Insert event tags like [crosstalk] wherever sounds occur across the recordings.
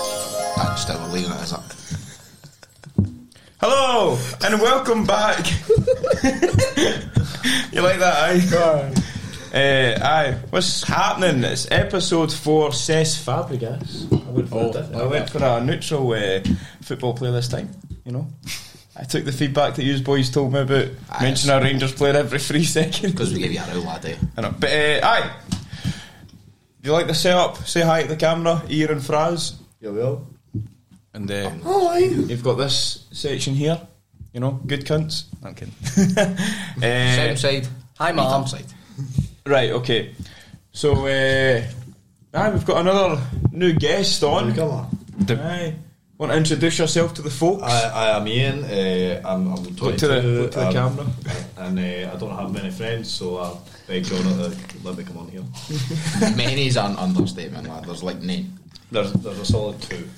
I just don't believe it. I was like, Hello and welcome back. [laughs] you like that, aye? Uh, aye. What's happening? It's episode four. Cesc Fabregas. I went for, a, diff- Oh, I went for a neutral uh, football player this time. You know, I took the feedback that you boys told me about Aye. mentioning a Rangers player every three [laughs] seconds. because we gave you a row, lad. eh? I know. But uh, aye, you like the setup? Say hi to the camera, Ian and Fraz, You will. and uh, How are you? You've got this section here, you know, good cunts. I'm kidding. [laughs] Eh, Same side. Hi, Medium Mom. Side. right, okay. So, uh, aye, we've got another new guest on. Come on. Aye. Want to introduce yourself to the folks? I, I am Ian. Uh, I'm, I'm 22. Look to the, look to the um, camera. And uh, I don't have many friends, so I beg John to let me come on here. Many's an understatement, lad. There's like nine. There's, there's a solid two.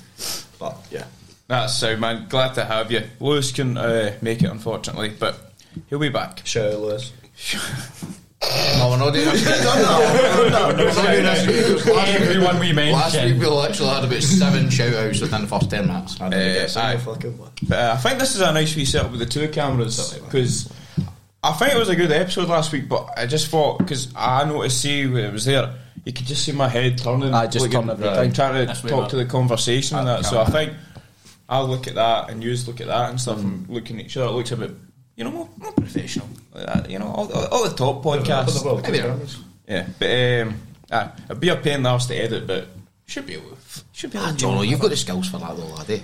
But yeah. That's so, man. Glad to have you. Lewis can uh, make it, unfortunately, but he'll be [laughs] back. Shout out, Lewis. No, we're not doing this. We're not doing this. Last week- Everyone we Last mentioned. week we literally had about seven shout outs within the first 10 minutes. I didn't Eh, get a single aye. fucking one. But, uh, I think this is a nice wee setup with the two cameras Certainly, man. because I think it was a good episode last week. But I just thought because I noticed see when it was there, you could just see my head turning. I just looking- turn every time. trying to That's way talk up. to the conversation and Ah, that. So I can't. think I'll look at that and yous look at that and stuff and looking at each other. It looks a bit, you know, more, more professional. Like that, you know, all, all, all the top Put the podcasts. world to Hey there. cameras. Yeah, but um, aye, it'd be a pain in the arse to edit, but should be able. Should be able. Ah, to do Jono, it. you've got the skills for that though, lad. Eh?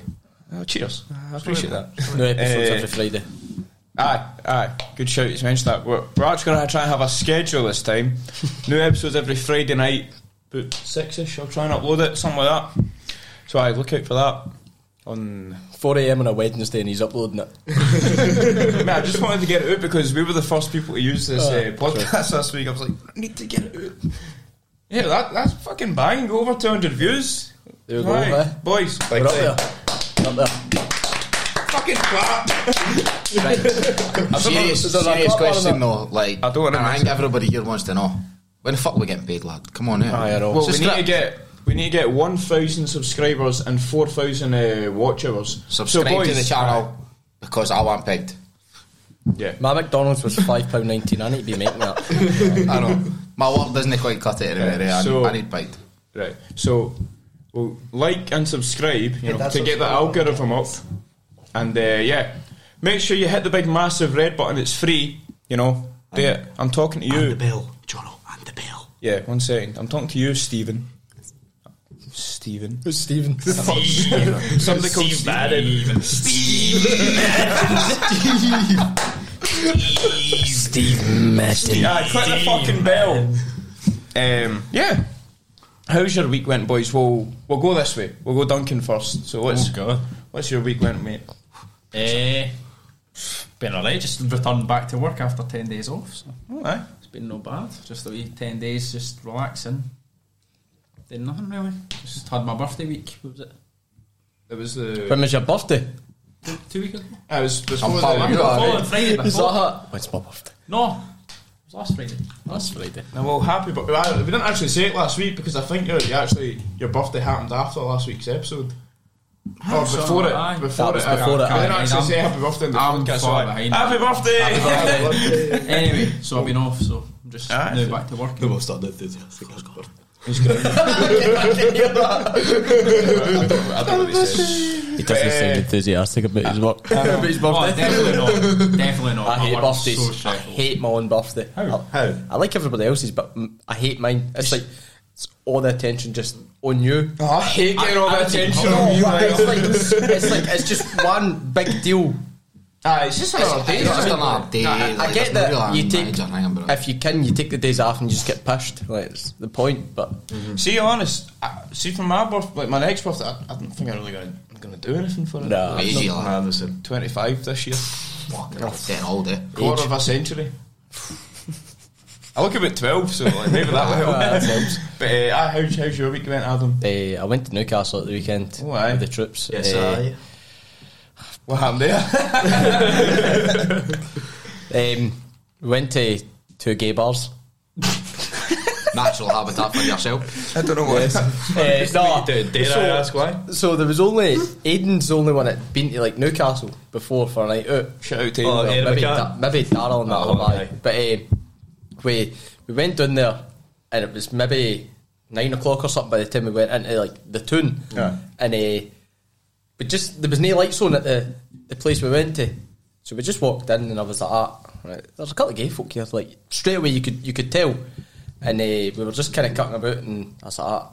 Oh, cheers. I appreciate that. New episodes Eh, every Friday. Aye, aye. Good shout. You mentioned that. We're, we're actually going to try and have a schedule this time. New episodes every Friday night, about six-ish. I'll try and upload it, something like that. So I look out for that. [coughs] On, 4 a.m. on a Wednesday and he's uploading it. Man, I just wanted to get it out because we were the first people to use this Oh, uh, podcast last week. I was like, I need to get it out. Yeah, that, that's fucking bang. Go over 200 views. There we go, Aye, eh? boys. We're up there. Up there. Fucking clap. Right. serious is there a serious cop on question that? though. Like, I don't wanna and I mix think everybody here wants to know. When the fuck we getting paid, lad? Come on, eh? Aye, I know. Well, It's a we need to script. get we need to get one thousand subscribers and four thousand uh, watch hours. Subscribe so boys, to the channel because I want paid. Yeah, My McDonald's was £5.19. I need to be [laughs] making that. I know. My work doesn't quite cut it anyway. eh? I, So- I need paid. right. So, well, like and subscribe, you know, that to get the algorithm up, and uh, yeah, make sure you hit the big massive red button. It's free, you know. Do it. I'm talking to you. bill, Jono, and the bill. Yeah, one second. I'm talking to you, Stephen. [laughs] Stephen. Who's Stephen? Somebody called Stephen. Stephen Madden. Yeah, click ah, the fucking bell. Um, yeah. How's your week went, boys? We'll we'll go this way. We'll go Duncan first. So what's what's your week went, mate? Eh, been alright. Just returned back to work after ten days off. So Oh, aye. it's been no bad. Just a wee ten days, just relaxing. Did nothing really. Just had my birthday week. What was it? It was uh, the. When was your birthday? Two, two weeks ago. I was before I'm the. following you, Right. Following Friday [laughs] Is that before. her? When's my birthday? No, it was last Friday. Last Friday. Now, well, happy, but we didn't actually say it last week because I think your you actually your birthday happened after last week's episode. Or so, before aye. it, before That was it, before it, I, I aye. didn't actually I'm- say happy birthday. In the I'm podcast, so far I- behind. Happy birthday! [laughs] anyway, so I've been off. So I'm just Ah, Aye. now back to work. The most unenthusiastic. I don't know what they said. He doesn't Eh. sound enthusiastic about his work. [laughs] About his Oh, birthday. definitely [laughs] not. Definitely not. My I Oh, hate work's birthdays. So I stressful. hate my own birthday. How? How? I like everybody else's, but mm, I hate mine. It's like it's all the attention just on you. [laughs] Oh, I hate getting all I- I the would say- attention Oh, on you. it's, mate. like, it's like it's just one big deal. Aye, it's Oh, just another day. It's just an isn't it? odd day. I, I like, get there's no that real you iron take manager, hang on, bro. if you can, you take the days off and you just get pushed. Like it's the point, but See, honest. I, see, for my birth, like my next birthday, I, I don't think I'm really gonna I'm gonna do anything for it. Nah. Like, Easy, Nah, lad. listen. 25 this year, Fucking hell, getting old, eh? quarter of a century. I look about 12, so like maybe Ah, that [laughs] will help. that helps. But uh, aye, how's, how's your week went, Adam? eh, I went to Newcastle at the weekend Oh, aye. with the troops. Yes, Eh, aye. What happened [laughs] there? Eh, Um, went to two gay bars. natural habitat for yourself. I don't know what. Eh, no, Dare so- I ask why? So there was only Aiden's the only one that been to like Newcastle before for a night out. Shout out to Well, Aidan. maybe, da- McCann. maybe Darrell and that Oh, one, aye. aye. But eh, we we went down there and it was maybe nine o'clock or something by the time we went into like the tune. Yeah. And uh, but just there was no lights on at the, the place we went to. So we just walked in and I was like, ah, right. There's a couple of gay folk here. Like straight away you could you could tell. And eh, we were just kinda cutting about and I was like, ah,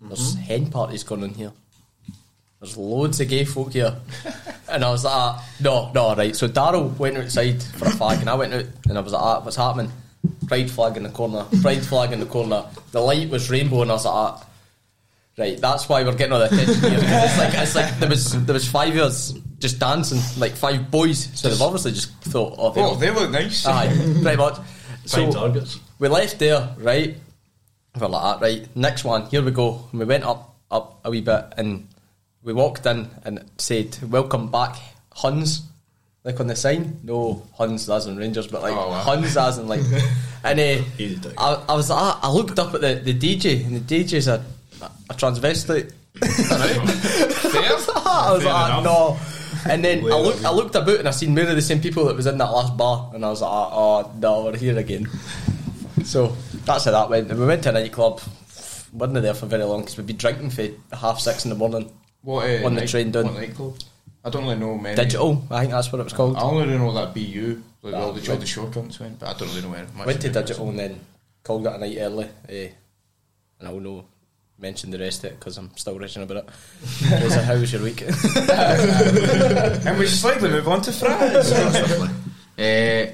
there's hen parties going on here. There's loads of gay folk here. and I was like, ah, no, no, right. So Daryl went outside for a flag and I went out and I was like, ah, what's happening? Pride flag in the corner, pride flag in the corner. The light was rainbow and I was like, ah, right, that's why we're getting all the attention here. 'Cause It's like, it's like there was there was five years just dancing, like five boys. So they've obviously just thought, oh, they Oh, oh, they look nice. aye, pretty much. Fine So, targets. we left there, right? We were like, "Ah, right, next one, here we go. And we went up, up a wee bit, and we walked in and it said, welcome back, Huns. Like on the sign, no Huns as in Rangers, but like Oh, wow. Huns as in like. and uh, Easy to- I, I was like, ah, I looked up at the, the DJ, and the DJ's a, a transvestite. [laughs] [laughs] I was Fair like, ah, enough. no. And then I Well, looked, I looked about and I seen more of the same people that was in that last bar, and I was like, oh, oh no, we're here again. So that's how that went. And we went to a nightclub. Wasn't there for very long because we'd been drinking for half six in the morning. What, uh, On the train down. What nightclub? I don't really know many. Digital, I think that's what it was called. I only really know that BU, like all the, Ah, all the short cunts went, but I don't really know where much. went to about it. digital and then called it a night early. Eh, and I'll no mention the rest of it because I'm still [laughs] raging about it. It's like, how was your week? [laughs] And we slightly move on to [laughs] France. uh,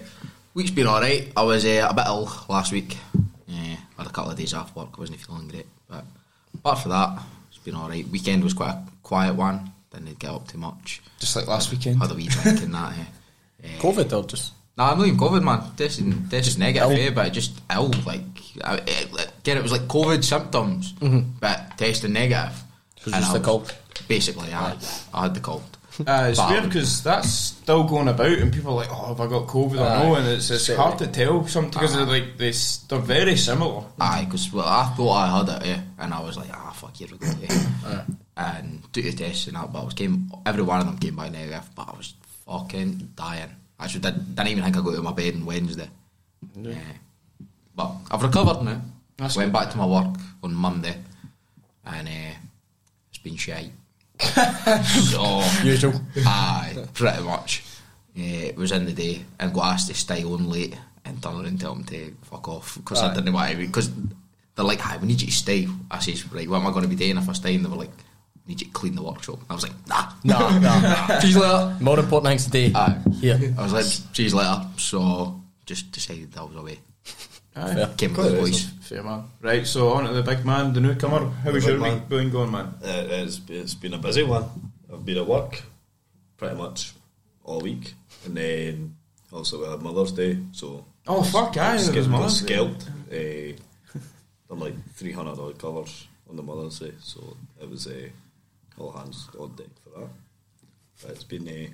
week's been alright. I was uh, a bit ill last week. Yeah, had a couple of days off work. wasn't feeling great. But apart from that, it's been alright. Weekend was quite a quiet one. Didn't get up too much. Just like last weekend. Had a wee drink and that. eh. Eh, COVID or just Nah, I'm not even COVID, man. This is, this is negative, eh, but just ill. Like, I, it, like, again, it was like COVID symptoms, but tested negative. was And just I the was- cold. Basically, I, I had the cold. Uh, it's But I weird was- because that's still going about, and people are like, "Oh, have I got COVID or Aye. no?" And it's, it's Certainly. hard to tell sometimes because they're like they s- they're very similar. Aye, because well, I thought I had it, yeah, and I was like, ah, fuck, here we go. [coughs] Yeah. and took the test and that, but I was came. Every one of them came back negative, but I was fucking dying. I actually did, didn't even think I got out of my bed on Wednesday. Yeah. But I've recovered now. That's Went good. back to my work on Monday, and uh, it's been shite. so usual? Aye, pretty much. Yeah, it was in the day and got asked to stay on late and turn around and tell them to fuck off because I Aye. didn't know what I Because they're like, "Hi, we need you to stay." I says, "Right, what am I going to be doing if I stay?" And they were like, "We need you to clean the workshop." I was like, "Nah, Nah, nah. cheese later." More important things today. "Ah, Aye. Here. I was like, "Cheese later." So just decided that I was away. Aye. Came with the Of course it boys. is. Fair man. Right, so on to the big man, the newcomer. How was The your big man. week been going, man? It is, Uh, it's been a busy one. I've been at work pretty much all week, and then also we had Mother's Day, so Oh fuck, aye, I it was got Mother's Day. [laughs] scalped. Uh, done like three hundred odd colours on the Mother's Day, so it was uh, all hands on deck for that. But it's been uh,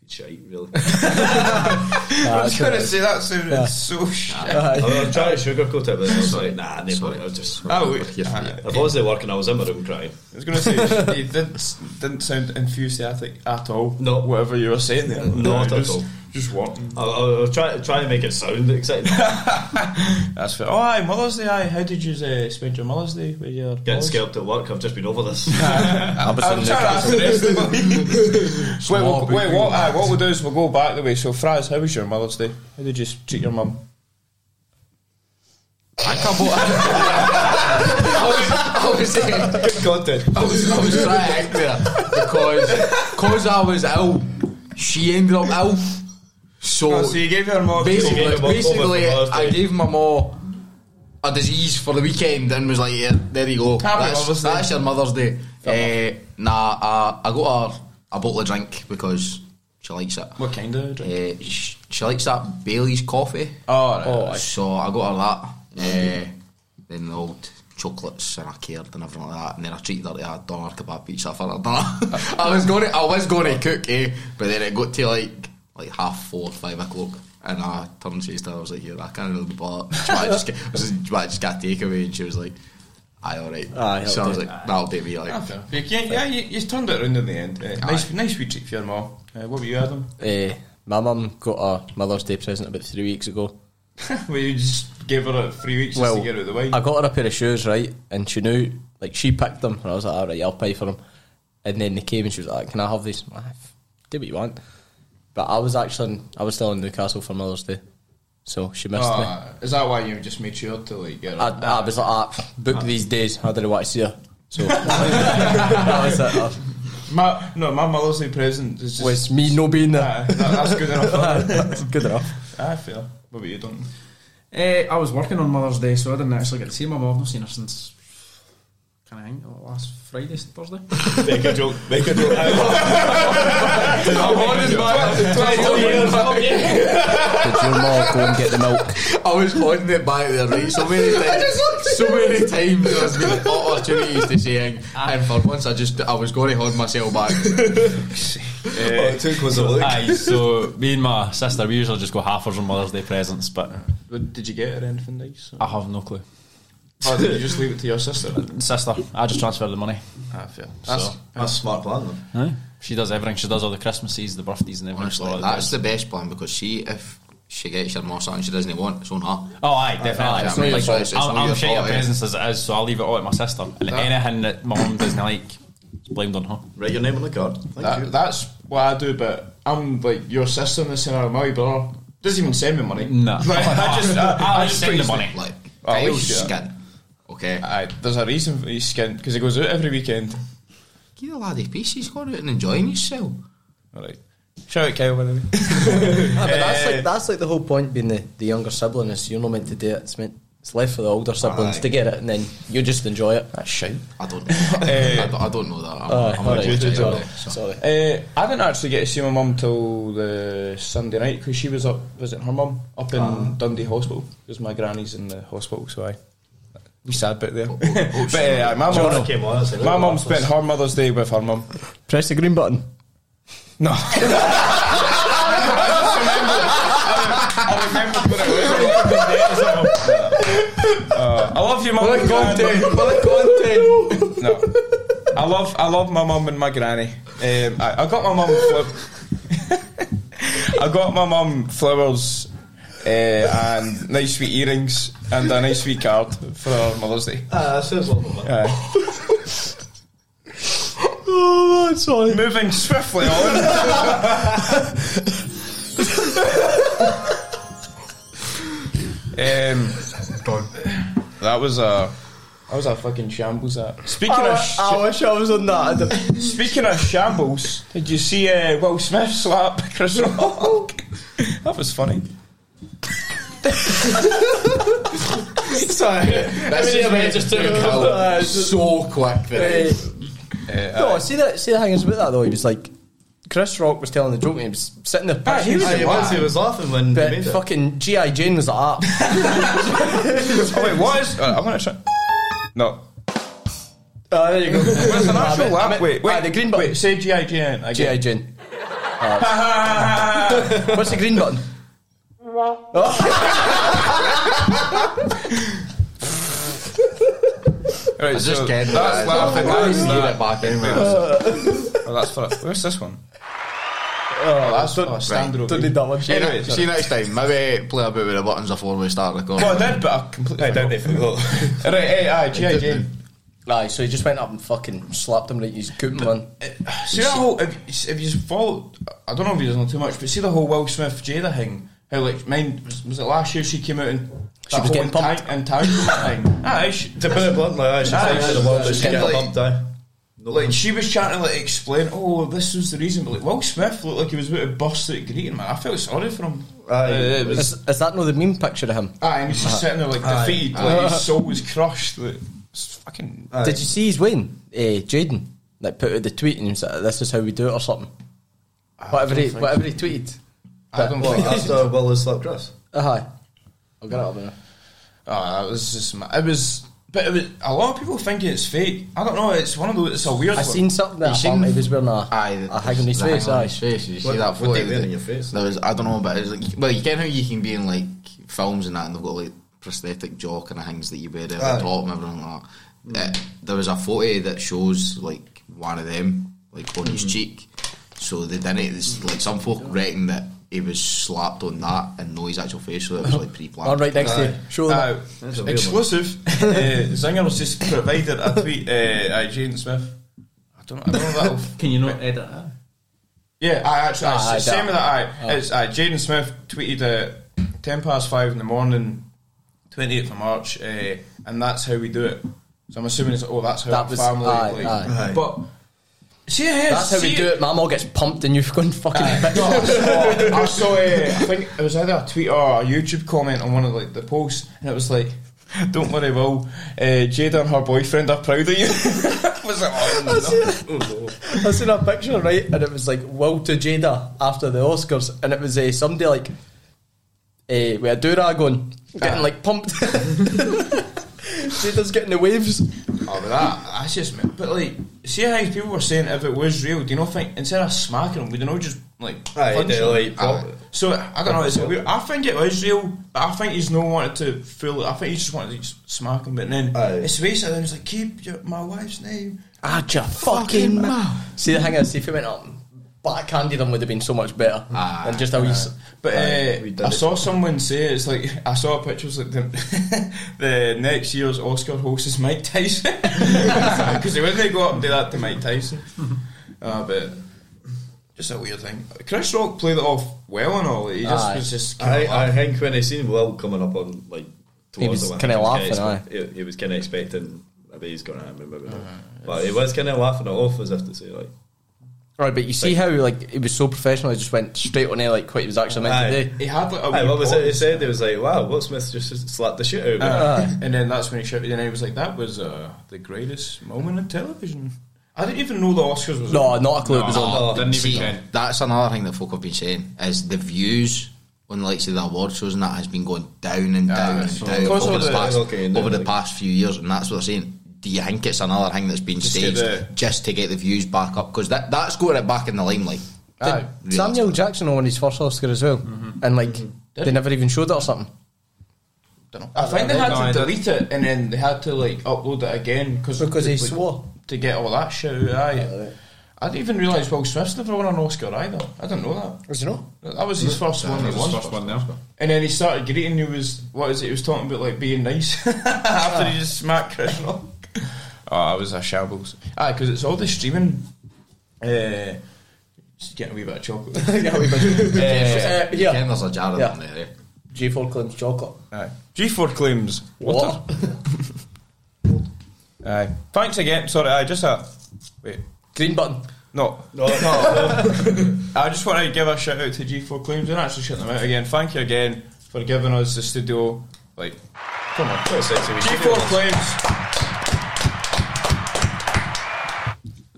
been shite [laughs] really. I Nah, was it's gonna alright. say that sounded Yeah. so shit. I Aye. was trying to sugarcoat it, but then I was like, nah, never. Sorry. I was just. Oh, we- Here for you. aye. I was at work and I was in my room crying. I was gonna say [laughs] you didn't didn't sound enthusiastic at all. No. whatever you were saying there. Not at just, all. Just wanting. I, I was trying trying to make it [laughs] sound exciting. That's fair. Oh, aye, Mother's Day. Aye, how did you uh, spend your Mother's Day with your Getting boys? scalped at work. I've just been [laughs] over this. [laughs] I was I'm trying in to ask the rest of the league. [laughs] Wait, we'll, Small wait big what, aye, what we'll do is we'll go back the way. So, Fraz, how was your Mother's Day? How did you s- treat your mum? I can't believe I was, I was, Good content. I was, I was trying to act there because cause I was ill, she ended up ill. So, Oh, so, you gave your mum. basically, gave him a basically bubble I for Mother's Day. gave my mum a disease for the weekend and was like, yeah, there you go. Happy that's, Mother's Day. that's your Mother's Day. Eh, nah, uh, I got her a bottle of drink because she likes it. What kind of drink? Eh, sh she likes that Bailey's coffee. Oh, right. Oh, aye. So I got her that. eh, then the old chocolates and I cared and everything like that. And then I treated her to a doner kebab pizza for her dinner. [laughs] I was going, to, I was going to cook, eh? But then it got to like like half four, five o'clock, And I turned and chased her. I was like, "Yeah, I can't really [laughs] ball. Do you want to just get, I was like, do you want to just get a takeaway?" And she was like, "Aye, all right." Aye, so I that'll was do. like, "That'll do me." Like, Yeah, yeah, you, you turned it around in the end. Eh, nice, nice wee treat for your mum. Uh, what were you, Adam? [laughs] Eh, my mum got a Mother's Day present about three weeks ago. Well, you just gave her uh, three weeks just to get out of the way. I got her a pair of shoes, right? And she knew, like, she picked them, and I was like, all right, I'll pay for them. And then they came, and she was like, can I have these? I'm like, do what you want. But I was actually, in, I was still in Newcastle for Mother's Day, so she missed me. Ah, is that why you just made sure to like get her? I, I was like, ah, book these days. I didn't want to see her. So [laughs] that was it. Uh, my, no, my mother's day present is just. Was me no being there. Ah, [laughs] that, that's good enough. That's Good enough. I feel. What about you, Duncan? Eh, I was working on Mother's Day, so I didn't actually get to see my mum. I've not seen her since. Can I think oh, last Friday, Thursday? Make a joke. Make a joke. Did your mum go and get the milk? I was holding it back there, right? So [laughs] many times, so many times there's been opportunities to sing, and for once I just I was going to hold myself back. All [laughs] it took was a look. Aye, so me and my sister, we usually just go halfers on Mother's Day presents, but What- Did you get her anything [laughs] nice? I have no clue. Or did you just leave it to your sister? Sister, I just transfer the money. I feel. That's, So, that's smart plan, though. She does everything. She does all the Christmases, the birthdays, and everything. Honestly, All that that's the best plan because she if she gets your mom something she doesn't want, it's on her. Oh, aye, definitely. aye, It's I mean, not like- it's- it's- it's I'm, not I'm your shite fault, at eh? presents as it is, so I'll leave it all at my sister. And anything that my mum doesn't like, it's blamed on her. Write your name on the card. Thank you. That, that's what I do, but I'm like your sister in this scenario. My brother doesn't even send me money. No. [laughs] Like, I just, I, I, I'll just send the put- money. Like Oh, we Kyle's should do that. skin. Okay. Aye, there's a reason for his skin because he goes out every weekend. Give the lad a piece, he's gone out and enjoying himself. All right, shout out Kyle by the way. Ah, but that's Eh. like that's like the whole point being the, the younger sibling is you're not meant to do it. It's meant it's left for the older siblings Aye. to get it, and then you just enjoy it. That's shit. I don't know that. I, don't, I don't know that. I'm, Oh, I'm alright, not sorry, sure. sorry, So- sorry. Uh, I didn't actually get to see my mum till the Sunday night because she was up visiting her mum up in Dundee Hospital because my granny's in the hospital. So I, we sad bit there. [laughs] but eh, aye, my mum, came on, I said, my "Look, mum laugh, spent her Mother's Day with her mum. Press the green [laughs] [laughs] button. No. I remember what it was. [laughs] Uh, I love you, mum. and granny. No. I love I love my mum and my granny. Um, I, I got my mum. flo- [laughs] I got my mum flowers uh, and nice sweet earrings and a nice sweet card for her Mother's Day. Ah, that sounds lovely. man. Aye. Oh, sorry. Moving swiftly on. um, that was a that was a fucking shambles. That speaking of sh- I wish I was on that. [laughs] Speaking of shambles, did you see uh, Will Smith slap [laughs] Chris Rock? [laughs] that was funny. sorry. This is where it just took Kyle so quick there. Eh, no, see that. See the thing is about that though. He was like, Chris Rock was telling the joke. and He was sitting there. Ah, he was pitching Aye, his- he was, he was laughing when they but made it. fucking GI Jane was like "Ah, that. Oh wait, what is? Uh, I'm gonna try. No, Ah, there you go. what's an Ah, I actual meant- I lap? meant- Wait, wait, ah, the green button. Wait, say GI Jane GI again. Jane. [laughs] What's the green button? Right, I just get that's laughing. That's Get that. it back in Uh, there. Oh, that's for. Where's this one? Oh, that's for a standard. Don't ovation. need that one. See, you Anyway, ne- see you next time. Maybe play a bit with the buttons before we start recording. Well, I did, but I completely. I did. [laughs] Right, hey, aye, GI Jane. Aye, so he just went up and fucking slapped him right in his goop, man. See that whole if, if you follow, I don't know if you know too much, but see the whole Will Smith Jada thing. How like mine was, was it last year she came out and She that was whole getting pumped. entang- entanglement [laughs] thing. Aye, she, To put it bluntly, I should Aye, say the one that just she get got like- bumped down. No, like like, [laughs] she was trying to like explain. Oh, this was the reason. But like Will Smith looked like he was about to burst out greeting man. I felt sorry for him. Aye. Uh, it was- Is, is that not the meme picture of him? aye, and he's just sitting there like defeated, like his soul was crushed. Like, it's fucking. Did you see his win? Eh, Jaden like put out the tweet and he was like, "This is how we do it" or something. whatever he whatever he tweeted. I don't what, think. after Willis slapped Chris? Aye, I'll get it up there. Oh, that was just. ma- It was. But it was, a lot of people think it's fake. I don't know. It's one of those. It's a weird. I one. seen something that I You thought seen- maybe was wearing a, Aye, a hang on his the hang face. on Aye. his face. You What- see that what photo? they wear that- on your face? There was, I don't know, but it was like, well, you get how you can be in like films and that, and they've got like prosthetic jaw kind of things that you wear at the Aye. top and everything like that. Uh, there was a photo that shows like one of them, like on Mm. his cheek. So they didn't. It's, like some folk reckon that he was slapped on that and no his actual face, so it was [laughs] like pre-planned. I'm right next to you. Aye. Show them. Aye. That's a weird Uh, exclusive. [laughs] uh, Zinger's just provided a tweet. Uh, aye, Jaden Smith. I don't. I don't know if that'll. Can you not edit that? Yeah, I actually. Ah, I, aye, same that- with that. Aye, it's aye, Jaden Smith tweeted at ten past five in the morning, twenty eighth of March, uh, and that's how we do it. So I'm assuming it's oh, that's how That our was- family. aye, like, aye. But see, yeah, That's how see we do it. My mom gets pumped and you fucking fucking [laughs] bitch. No, I saw, I, saw uh, I think it was either a tweet or a YouTube comment on one of like the posts, and it was like, "Don't worry, Will. Uh, Jada and her boyfriend are proud of you." [laughs] I was like, oh, no. [laughs] I seen a picture, right? And it was like Will to Jada after the Oscars, and it was uh, somebody like eh, with a do rag on, getting Ah. like pumped. [laughs] Jada's getting the waves. Oh, but that that's just. me- But like, see how people were saying if it was real, do you know? Think instead of smacking them, would they not just like? Aye, punch they, him? like, Aye. pop- So I don't know. It's weird. I think it was real, but I think he's no wanted to feel. I think he just wanted to just smack him. But then Aye. it's wasted. And he's like, "Keep your, my wife's name." Ah, your fucking mouth. See the thing is, see if it went up, backhanded him would have been so much better Ah, than just how he's. But Aye, we uh, did I it. saw someone say it's like I saw pictures like the, [laughs] the next year's Oscar host is Mike Tyson [laughs] because they wouldn't go up and do that to Mike [laughs] Tyson. Uh, but just a weird thing. Chris Rock played it off well and all. He just Aye. was just kind of I, I think when I seen Will coming up on like towards was the kinda he was laughing, kinda expe- He, he was kind of expecting maybe he's going to remember, maybe not. but he was kind of laughing it off as if to say like, Right, but you see how like he was so professional, he just went straight on air like what he was actually meant Aye. to do. he had like a "Aye, wee what was it?" He pause. said he was like, "Wow, Will Smith just slapped the shit out." of me." Uh, and then that's when he shouted, and he was like, "That was uh, the greatest moment in television." I didn't even know the Oscars was. No, on. not a clue. it was on. No, Oh, didn't even See, care. that's another thing that folk have been saying is the views on like say the award shows and that has been going down and down and so- down Because over of the, the- past okay, and then, over the like- past few years, and that's what they're saying. Do you think it's another thing that's been Just to staged the- just to get the views back up? Because that that's going it back in the limelight. Did Really. Samuel Jackson won his first Oscar as well, and like they never even showed it or something. I think they had No, I to don't- delete it, and then they had to like upload it again cause Because he like, swore. to get all that shit out. Aye. I didn't even realise Will Smith's never won an Oscar either. I didn't know Was you know? that. That was his first one. That He was won. his first one there. And then he started greeting. He was what is it? He was talking about like being nice [laughs] after he just smacked Chris Rock. [laughs] Oh, it was a shambles. Aye, because it's all the streaming. Uh, just getting a wee bit of chocolate. [laughs] yeah, we [laughs] mentioned. Eh, Uh, yeah. Ken, there's a jar of Yeah. them there. eh? G4 claims chocolate. Aye. G4 claims water. What? Aye. Thanks again. Sorry, I just uh, wait. Green button. No, No, no, [laughs] I just want to give a shout out to G4 Claims and actually shout them out again. Thank you again for giving us the studio. Like, come on. no sexy wee G4 video. Claims.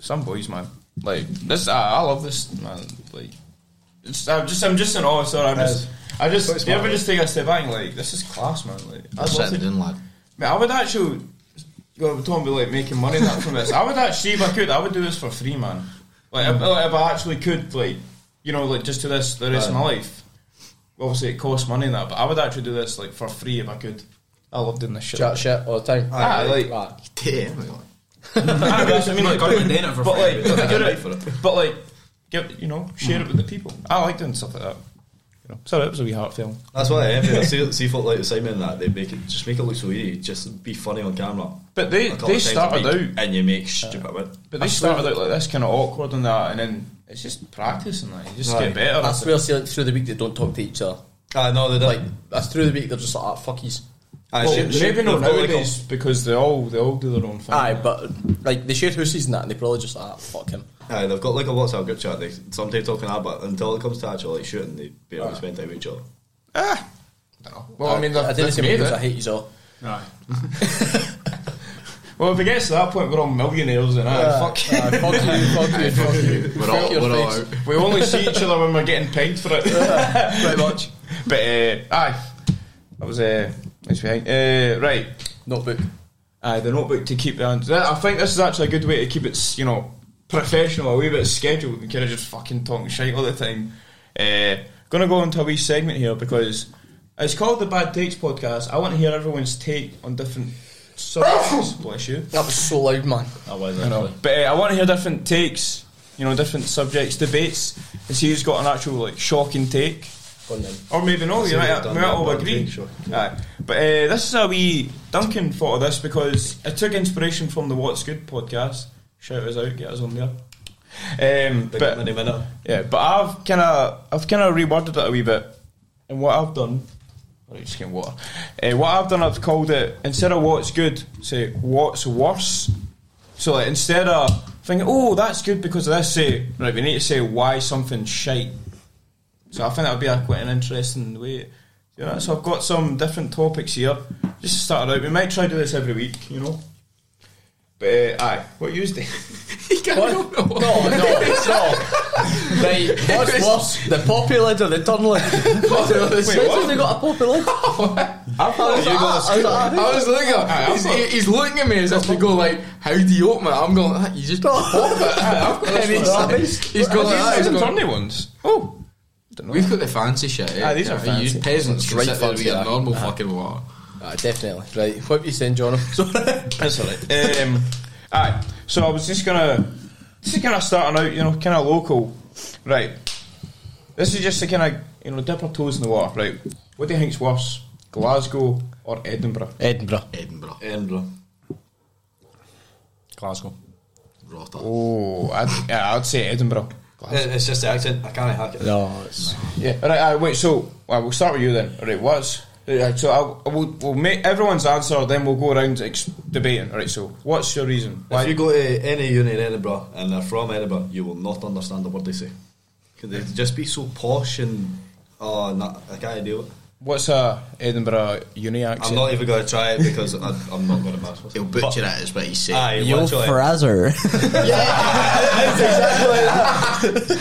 Some boys, man. Like this, I, I love this, man. Like, it's, I'm just, I'm just in awe. Sorry, I'm just, I Quite just. Do you smart, ever man. just take a step back and like, this is class, man. Like, I'd That's love sitting to down, lad. Mate, I would actually. Well, we're talking about like making money and that from this. I would actually, if I could, I would do this for free, man. Like, if, like, if I actually could, like, you know, like just do this the rest of my life. Obviously, it costs money and that, but I would actually do this like for free if I could. I love doing this shit. Chat shit all the time. Aye, like- Ah. Damn, like, [laughs] I, guess, I mean, like, Got it for but like, I do get it, paid for it. but like, get you know, share it with the people. I like doing stuff like that. You know, sorry, it was a wee heart film. That's why I envy. I [laughs] see, see folk like the Simon and that they make it just make it look so easy. Just be funny on camera. But they- A couple they of times a started week, out- and you make stupid. wit. But they started out like this, kind of awkward and that, and then it's just practice and that. You just Aye. get better. I at it. swear, see, like, through the week they don't talk to each other. Ah, no, they don't. Like, that's through the week they're just like, ah, fuckies. Aye, Well, shoot- shoot- maybe not they've got, like, a- nowadays because they all they all do their own thing. Aye, but like they share houses and that, and they probably just like, ah, fuck him. Aye, they've got like a WhatsApp group chat. They sometimes talking that, but until it comes to actual like shooting, they Ah. barely spend time with each other. well, I mean, I that's didn't say made because it. I hate you all. Aye. Well, if it gets to that point, we're all millionaires and aye, fuck. Aye, fuck you, fuck you, fuck you. We're all, Fuck your we're all face. out. [laughs] We only see each other when we're getting paid for it. [laughs] Pretty much. but uh, aye, that was uh, nice behind. Uh, right, Notebook. Aye, the notebook to keep the answers. I think this is actually a good way to keep it, you know, professional, a wee bit scheduled, instead of just fucking talking shite all the time. Uh, gonna go into a wee segment here because it's called the Bad Takes Podcast. I want to hear everyone's take on different subjects. Bless you. That was so loud, man. I was I know. actually. But uh, I want to hear different takes, you know, different subjects, debates, and see who's got an actual like shocking take. Gone then. Or maybe no, you See, might, we've done we might that all one agree. thing, sure. Aye. But uh, this is a wee Duncan thought of this because I took inspiration from the What's Good podcast. Shout us out, get us on there. Um, Big but- money winner. yeah, but I've kind of I've kind of reworded it a wee bit, and what I've done, i just getting water. Uh, what I've done, I've called it instead of what's good, say what's worse. So like, instead of thinking, oh, that's good because of this, say right, we need to say why something's shite. So I think that would be a, quite an interesting way. You know, so I've got some different topics here. Just to start out, we might try to do this every week, you know. But uh, aye, what you do? What? No, no, it's not. Right, what's worse, the poppy lid or the tunnel lid? Wait, what? they got a poppy lid? [laughs] I thought you got I was looking at I'm he's, not- he- he's looking at me as if to go like, how do you open it? I'm going, "Ah, you [laughs] just pop it. And he's, he's going like one. that. These he's are the going, Sunday ones. Oh, We've got the fancy shit. eh? Ah, these are Yeah, You fancy. peasants can Right sit there with fancy, your that. normal fucking water. Ah, definitely. Right, what were you saying, John? [laughs] that's alright. Um, alright, so I was just gonna, just kind of starting out, you know, kind of local, right? This is just to kind of, you know, dip our toes in the water, right? What do you think's worse, Glasgow or Edinburgh? Edinburgh. Edinburgh. Edinburgh. Glasgow. Rotter. Oh, I'd, yeah, I'd say Edinburgh. Glasgow. It's just the accent. I can't hack it. No, it's... Yeah. All right. All right wait. So well, we'll start with you then. All right. What's right, so I'll, we'll, we'll make everyone's answer, then we'll go around ex- debating. All right. So what's your reason? If you go to any uni in Edinburgh and they're from Edinburgh, you will not understand a word they say. 'Cause they just be so posh and oh, no, I can't deal. with it. What's a Edinburgh uni accent? I'm not even going to try it because I, I'm not going to match. He'll butcher it, is what he's saying. Aye, literally. Fraser.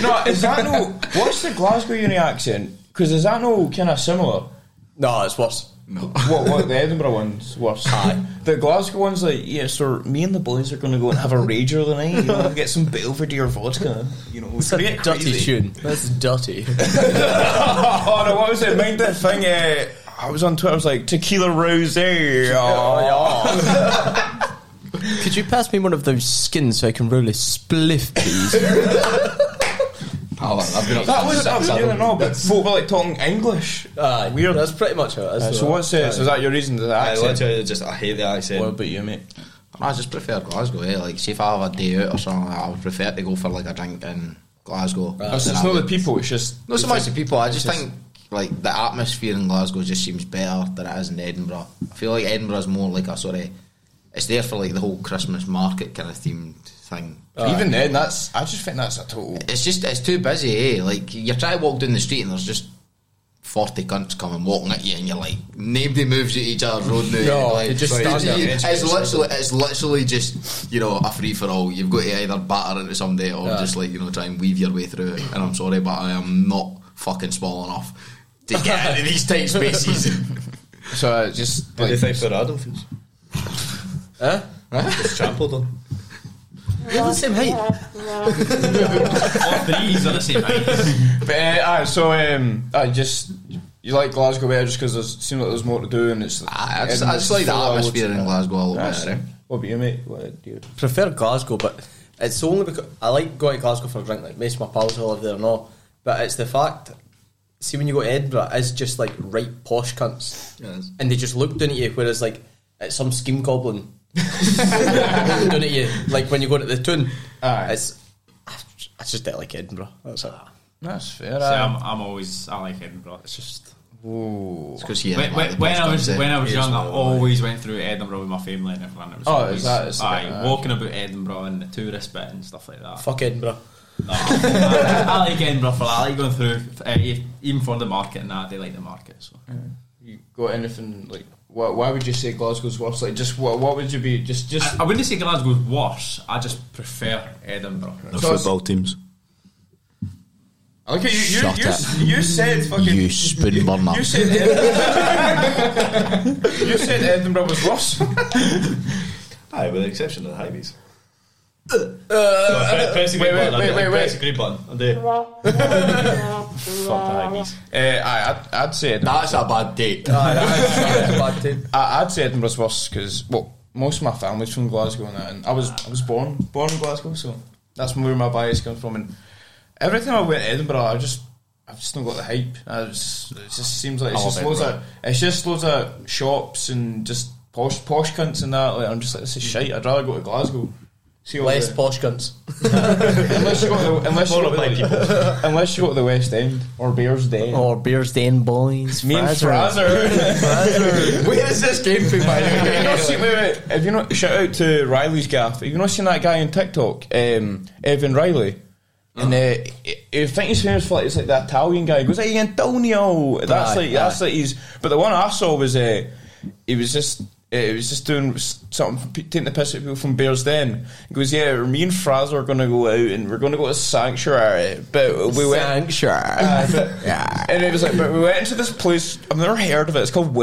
No, [laughs] is that no? What's the Glasgow uni accent? Because is that no kind of similar? no, it's worse. [laughs] What? What? The Edinburgh one's worse. Aye. The Glasgow one's like, yeah. So me and the boys are going to go and have a rager tonight. You know, get some Belvedere [laughs] vodka. [laughs] You know, It's a dirty get crazy. tune. That's dirty. Oh no! What was it? Mind that thing. Uh, I was on Twitter. I was like tequila rose. Oh, Could you pass me one of those skins so I can roll a spliff, please? Pal, Oh, I've been up [laughs] that was since that was I've you been- know, but folk were like talking English. Aye, Weird. That's pretty much how it is. Uh, so though. what's uh, so is that your reason to that I accent? literally just I hate the accent. about you, mate? I just prefer Glasgow, eh? Like, say if I have a day out or something, like that, I would prefer to go for like a drink in Glasgow. It's than I it's not the would- people. It's just Not so much the people. I just think like the atmosphere in Glasgow just seems better than it is in Edinburgh. I feel like Edinburgh's more like a sort of it's there for like the whole Christmas market kind of themed thing. even then. That's I just think that's a total. It's just it's too busy, eh? Like you're trying to walk down the street and there's just forty cunts coming walking at you, and you're like nobody moves at each other's road now. No, like, they just it's- stand there. It's, literally it's literally just you know a free for all. You've got to either batter into somebody or just like you know try and weave your way through. it. And I'm sorry, but I am not fucking small enough to get into these tight spaces. [laughs] So uh, just what do like you think for Adam feels? Huh? Just trampled on. You're the same height. [laughs] All threes are the same height. But uh, aye, so um, I just you like Glasgow better just because there's seems like there's more to do and it's. I, I just, I just like the Edinburgh's full atmosphere of in loads Glasgow a of- lot Aye. better. eh? What about you, mate? What do you? prefer Glasgow, but it's only because I like going to Glasgow for a drink. Like most of my pals will live there and all, but it's the fact. See, when you go to Edinburgh, it's just like right posh cunts, Yes. and they just look down at you. Whereas like it's some scheme goblin [laughs] looking down at you, like when you go to the tune. Aye. It's I just- I just don't like Edinburgh. That's it. That's fair. See, aye. I'm, I'm always I like Edinburgh. It's just Ooh. It's 'cause, yeah, when, when, like, when I comes was in, when I it's was young, I more- always went through Edinburgh with my family and everyone. It was Oh, is always, that- is that- aye, aye. walking about Edinburgh and the tourist bit and stuff like that. [laughs] Fuck Edinburgh. No, I, I like Edinburgh for that. I like going through uh, e- even for the market and that. They like the market. So You got anything like? Why, why would you say Glasgow's worse? Like, just what? What would you be? Just, just. I, I wouldn't say Glasgow's worse. I just prefer Edinburgh. The So it's- football teams. I like how you you, Shut you, it. s- you said fucking You spoon burner. You said Edinburgh- you said Edinburgh was [laughs] worse. Aye, with the exception of the highways. Press the green Uh, wait, button, wait, wait, wait. Press the green button. I'm there. Fuck the highways. Uh, aye, I'd, I'd say Edinburgh. That's a bad date. I, I'd say Edinburgh's worse because well, most of my family's from Glasgow and, that, and I was I was born born in Glasgow, so that's where my bias comes from. And every time I went to Edinburgh, I just I've just not got the hype. I was, it just seems like it's I just love loads Edinburgh. of it's just loads of shops and just posh posh cunts and that. Like I'm just like Mm. this is shite. I'd rather go to Glasgow. See all Less the- posh guns. [laughs] unless you go to the, unless you go to the, unless you go to the West End or Bears Oh, Day. Or Bears Den boys. Me and Fraser. Where is this game thing, by the Have you way? not seen, [laughs] wait, wait, have you not, shout out to Riley's gaff. Have you not seen that guy on TikTok, um, Evan Riley? And uh, I- I think he's famous for like, it's like the Italian guy. He goes, "Hey Antonio." That's Aye, like that's like he's. But the one I saw was uh, he was just. uh, He was just doing s- something, from pe- taking the piss at people from Bears Den. He goes, Yeah, me and Fraser are going to go out and we're going to go to Sanctuary. But we [laughs] went. Sanctuary. Yeah. And it was like, but we went into this place, I've never heard of it, it's called [laughs]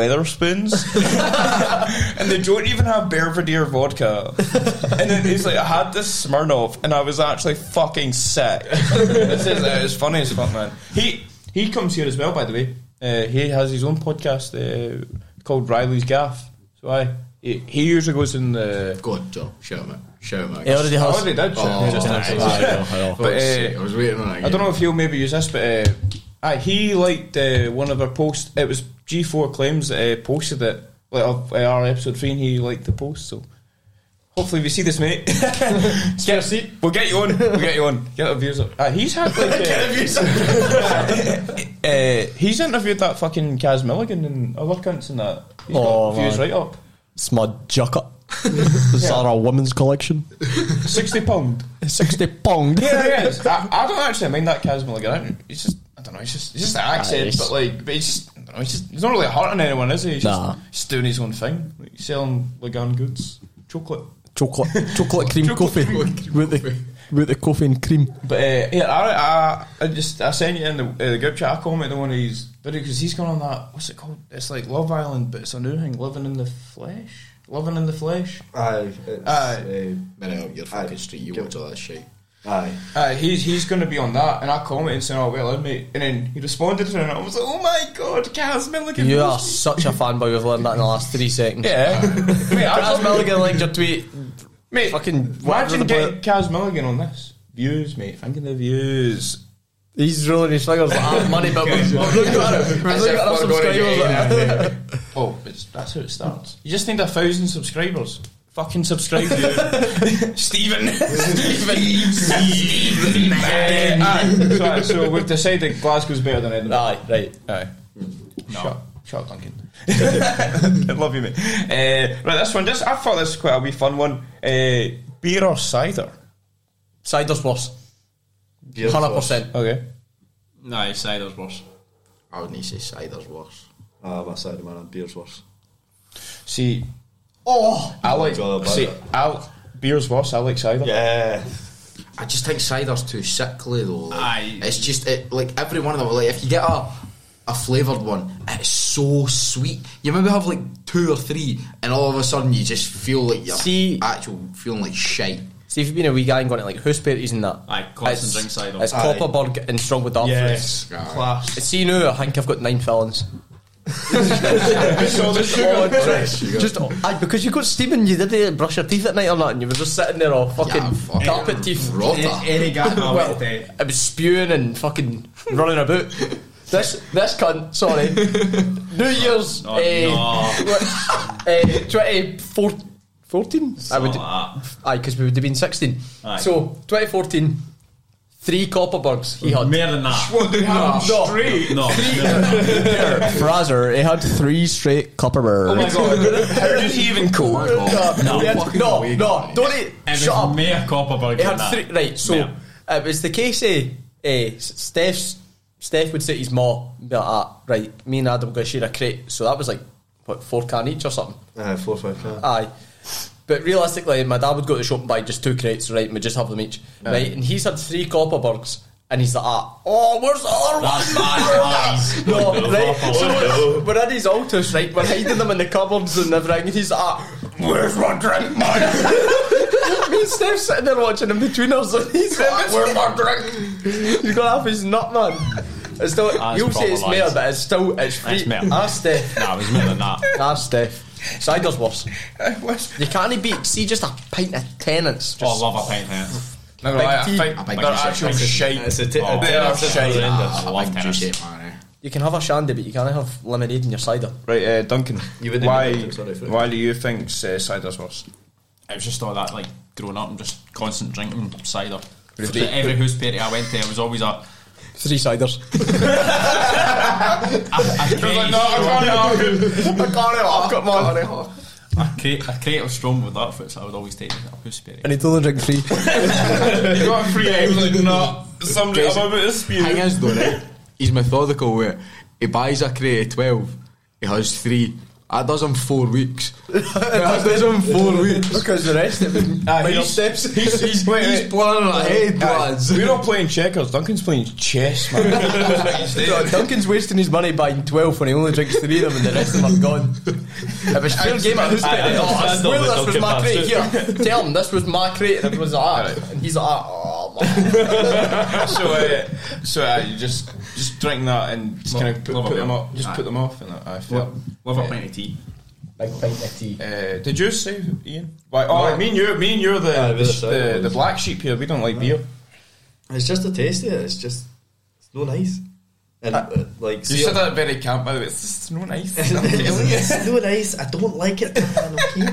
Weatherspoons. and they don't even have Belvedere vodka. And then he's like, I had this Smirnoff and I was actually fucking sick. this is, uh, it's funny as fuck, man. He, he comes here as well, by the way. Uh, he has his own podcast uh, called Riley's Gaff. So I, he, he usually goes in the. Go on, Joe. oh, Shout him out. Shout him out. He already I has. already did. Oh, just nice. [laughs] now. But, But, uh, I was waiting on that. I don't game. know if he'll maybe use this, but uh, aye, he liked uh, one of our posts. It was G4 Claims that uh, posted it, like of uh, our episode three, and he liked the post. So hopefully, we see this, mate. [laughs] get a seat. We'll get you on. We'll get you on. Get the views up. Aye, he's had like. Uh, [laughs] get views up. [laughs] uh, he's interviewed that fucking Kaz Milligan and other cunts and that. He's Oh, got views man. right up. Smud [laughs] Jucka. Is that a women's collection? [laughs] 60 pound. 60 [laughs] pound. Yeah, yeah. I, I don't actually mind that Kaz Mulligan. I don't, he's just, I don't know. He's just, he's just an accent, he's- but like, but he's just, I don't know, he's just, he's not really hurting anyone, is he? He's Nah. just, he's doing his own thing, like selling Lagan goods, chocolate. Chocolate, chocolate cream coffee. with, the, with the coffee and cream. But uh, yeah, I, I, I just, I sent you in the, uh, the group chat. I commented on one of his video because he's gone on that. What's it called? It's like Love Island, but it's a new thing. Living in the flesh. Living in the flesh. Aye. It's, Aye. Man, out your fucking street, you watch all that shit. Uh, aye. Uh, he's he's going to be on that, and I commented saying, "Oh well, mate," and then he responded, and I was like, "Oh my god, Kaz Milligan!" You knows are me." such a fanboy. We've learned that in the last three seconds. [laughs] Yeah. mate, I Kaz was Milligan liked your tweet. mate, fucking whatever the imagine getting bloke- Kaz Milligan on this. Views, mate. Thinking the views. He's rolling his fingers like, I have money, but we've we've looked at it. We've looked at our subscribers. like- [laughs] Oh, it's, that's how it starts. You just need a thousand subscribers. Fucking subscribe, dude. [laughs] Stephen. Stephen. Stephen. Eh, aye. [laughs] So, aye, so we've decided Glasgow's better than Edinburgh. Aye, right. Aye. No. Shut, shut up, Duncan. I [laughs] love you, mate. Uh, right, this one. Just I thought this was quite a wee fun one. Uh, beer or cider? Cider's worse. Beer's 100%. Okay. No, cider's worse. I wouldn't say cider's worse. Ah, my side of man, and beer's worse. See. Oh, I like. It's all about See, it. I beer's worse. I like cider. Yeah. I just think cider's too sickly though. Like, Aye. It's just it, like every one of them. Like if you get a a flavoured one, it's so sweet. You maybe have like two or three, and all of a sudden you just feel like you're See- actual feeling like shite. See, if you've been a wee guy and gone to like house parties and that. Aye, constant it's- drink cider. It's Aye. Copperberg and Strong with Dark Fruits. Yes. Aye. Class. See now, I think I've got nine fillings. so the Oh, sugar. just, just aye, because you got steaming, you didn't brush your teeth at night or nothing. You were just sitting there all fucking Yeah, fuck. carpet teeth. Rotter. Any guy I Well, went to- it was spewing and fucking running about. This this cunt, sorry. New Year's No, eh, no. eh, [laughs] 24 14? I would, Something like that. aye, because we would have been 16. Aye. So 2014, three Copperbergs he had. More than that. No, Oh No, no, [laughs] Fraser, he had three straight Copperbergs. Oh my god. [laughs] How did he [laughs] even cope? no, No no, fucking no, way, no, guys. don't it. It was Shut up. mere Copperberg It than had that. three. Right, so Mare. it was the case of uh, Steph's. Steph would sit at his ma, and be like, ah, right, me and Adam going to share a crate. So that was like, what, four can each or something? Aye, four, five, can. Aye. But realistically, my dad would go to the shop and buy just two crates, right, and we'd just have them each. Right, and he's had three Copperbergs, And he's like, ah, oh, where's the other That's one? bad. No, right? [laughs] Oh, So no. we're, we're at his altus, right? We're hiding them in the cupboards and everything. And he's like, ah, where's my drink, man? [laughs] Me and Steph sitting there watching him between us. And he's like, where's my drink? He's got half his nut, man. Ah, It's still, That's you'll say proper it's mare, lies. but it's still, it's free. It's mare. Ah, Steph. [laughs] Nah, it was more than that. Ah, Steph. Cider's worse. You can't beat, see, just a pint of tenants. Just Oh, I love a pint hand. No, I, I tea. think I think they're it's a- actual it's a- shite. It's a t- Oh, They are tennis is shite. horrendous. Ah, I I love like tennis. juicy, man. eh. You can have a shandy, but you can't have lemonade in your cider. Right, uh, Duncan. You wouldn't why? have been sorry for it. Why do you think uh, cider's worse? It was just all that, like, growing up and just constant drinking cider. Really? Every house party I went to, I was always a. Three ciders. a crate- [laughs] I've got mine. A crate- a crate of strong with that foot, so I would always take a house party. And he told drink three. You got three eggs, like, no. Somebody, I'm about to spew. Thing is though, right? He's methodical where he buys a crate of twelve, he has three. That does him four weeks. that does him four weeks. [laughs] because the rest of them. Ah, Your he's- steps. He's, he's, [laughs] Wait, he's wait. planning ahead, lads. We're not playing checkers. Duncan's playing chess, man. No, Duncan's wasting his money buying 12 when he only drinks three of them and the rest of them are gone. It was fair game at his I- I bit. Oh, I understand swear all the this was Duncan my fans. crate here. Tell him this was my crate and it was that. And he's like, oh, man. so, uh, so uh, you just just drink that and just Love- kind of put, love a put them bit. up. Just Aye. put them off, and that, I felt. Love a pint of tea. Big pint of tea. Uh, did you say Ian? Like, oh, me and you, me and you're Uh, the Aye, we're the the, the, cider boys. black sheep here. We don't like beer. It's just a taste of it. It's just it's no nice. And uh, like You see, said that very camp, by the way. [laughs] It's just no nice. it's, [laughs] it's no nice. I don't like it. Man, okay.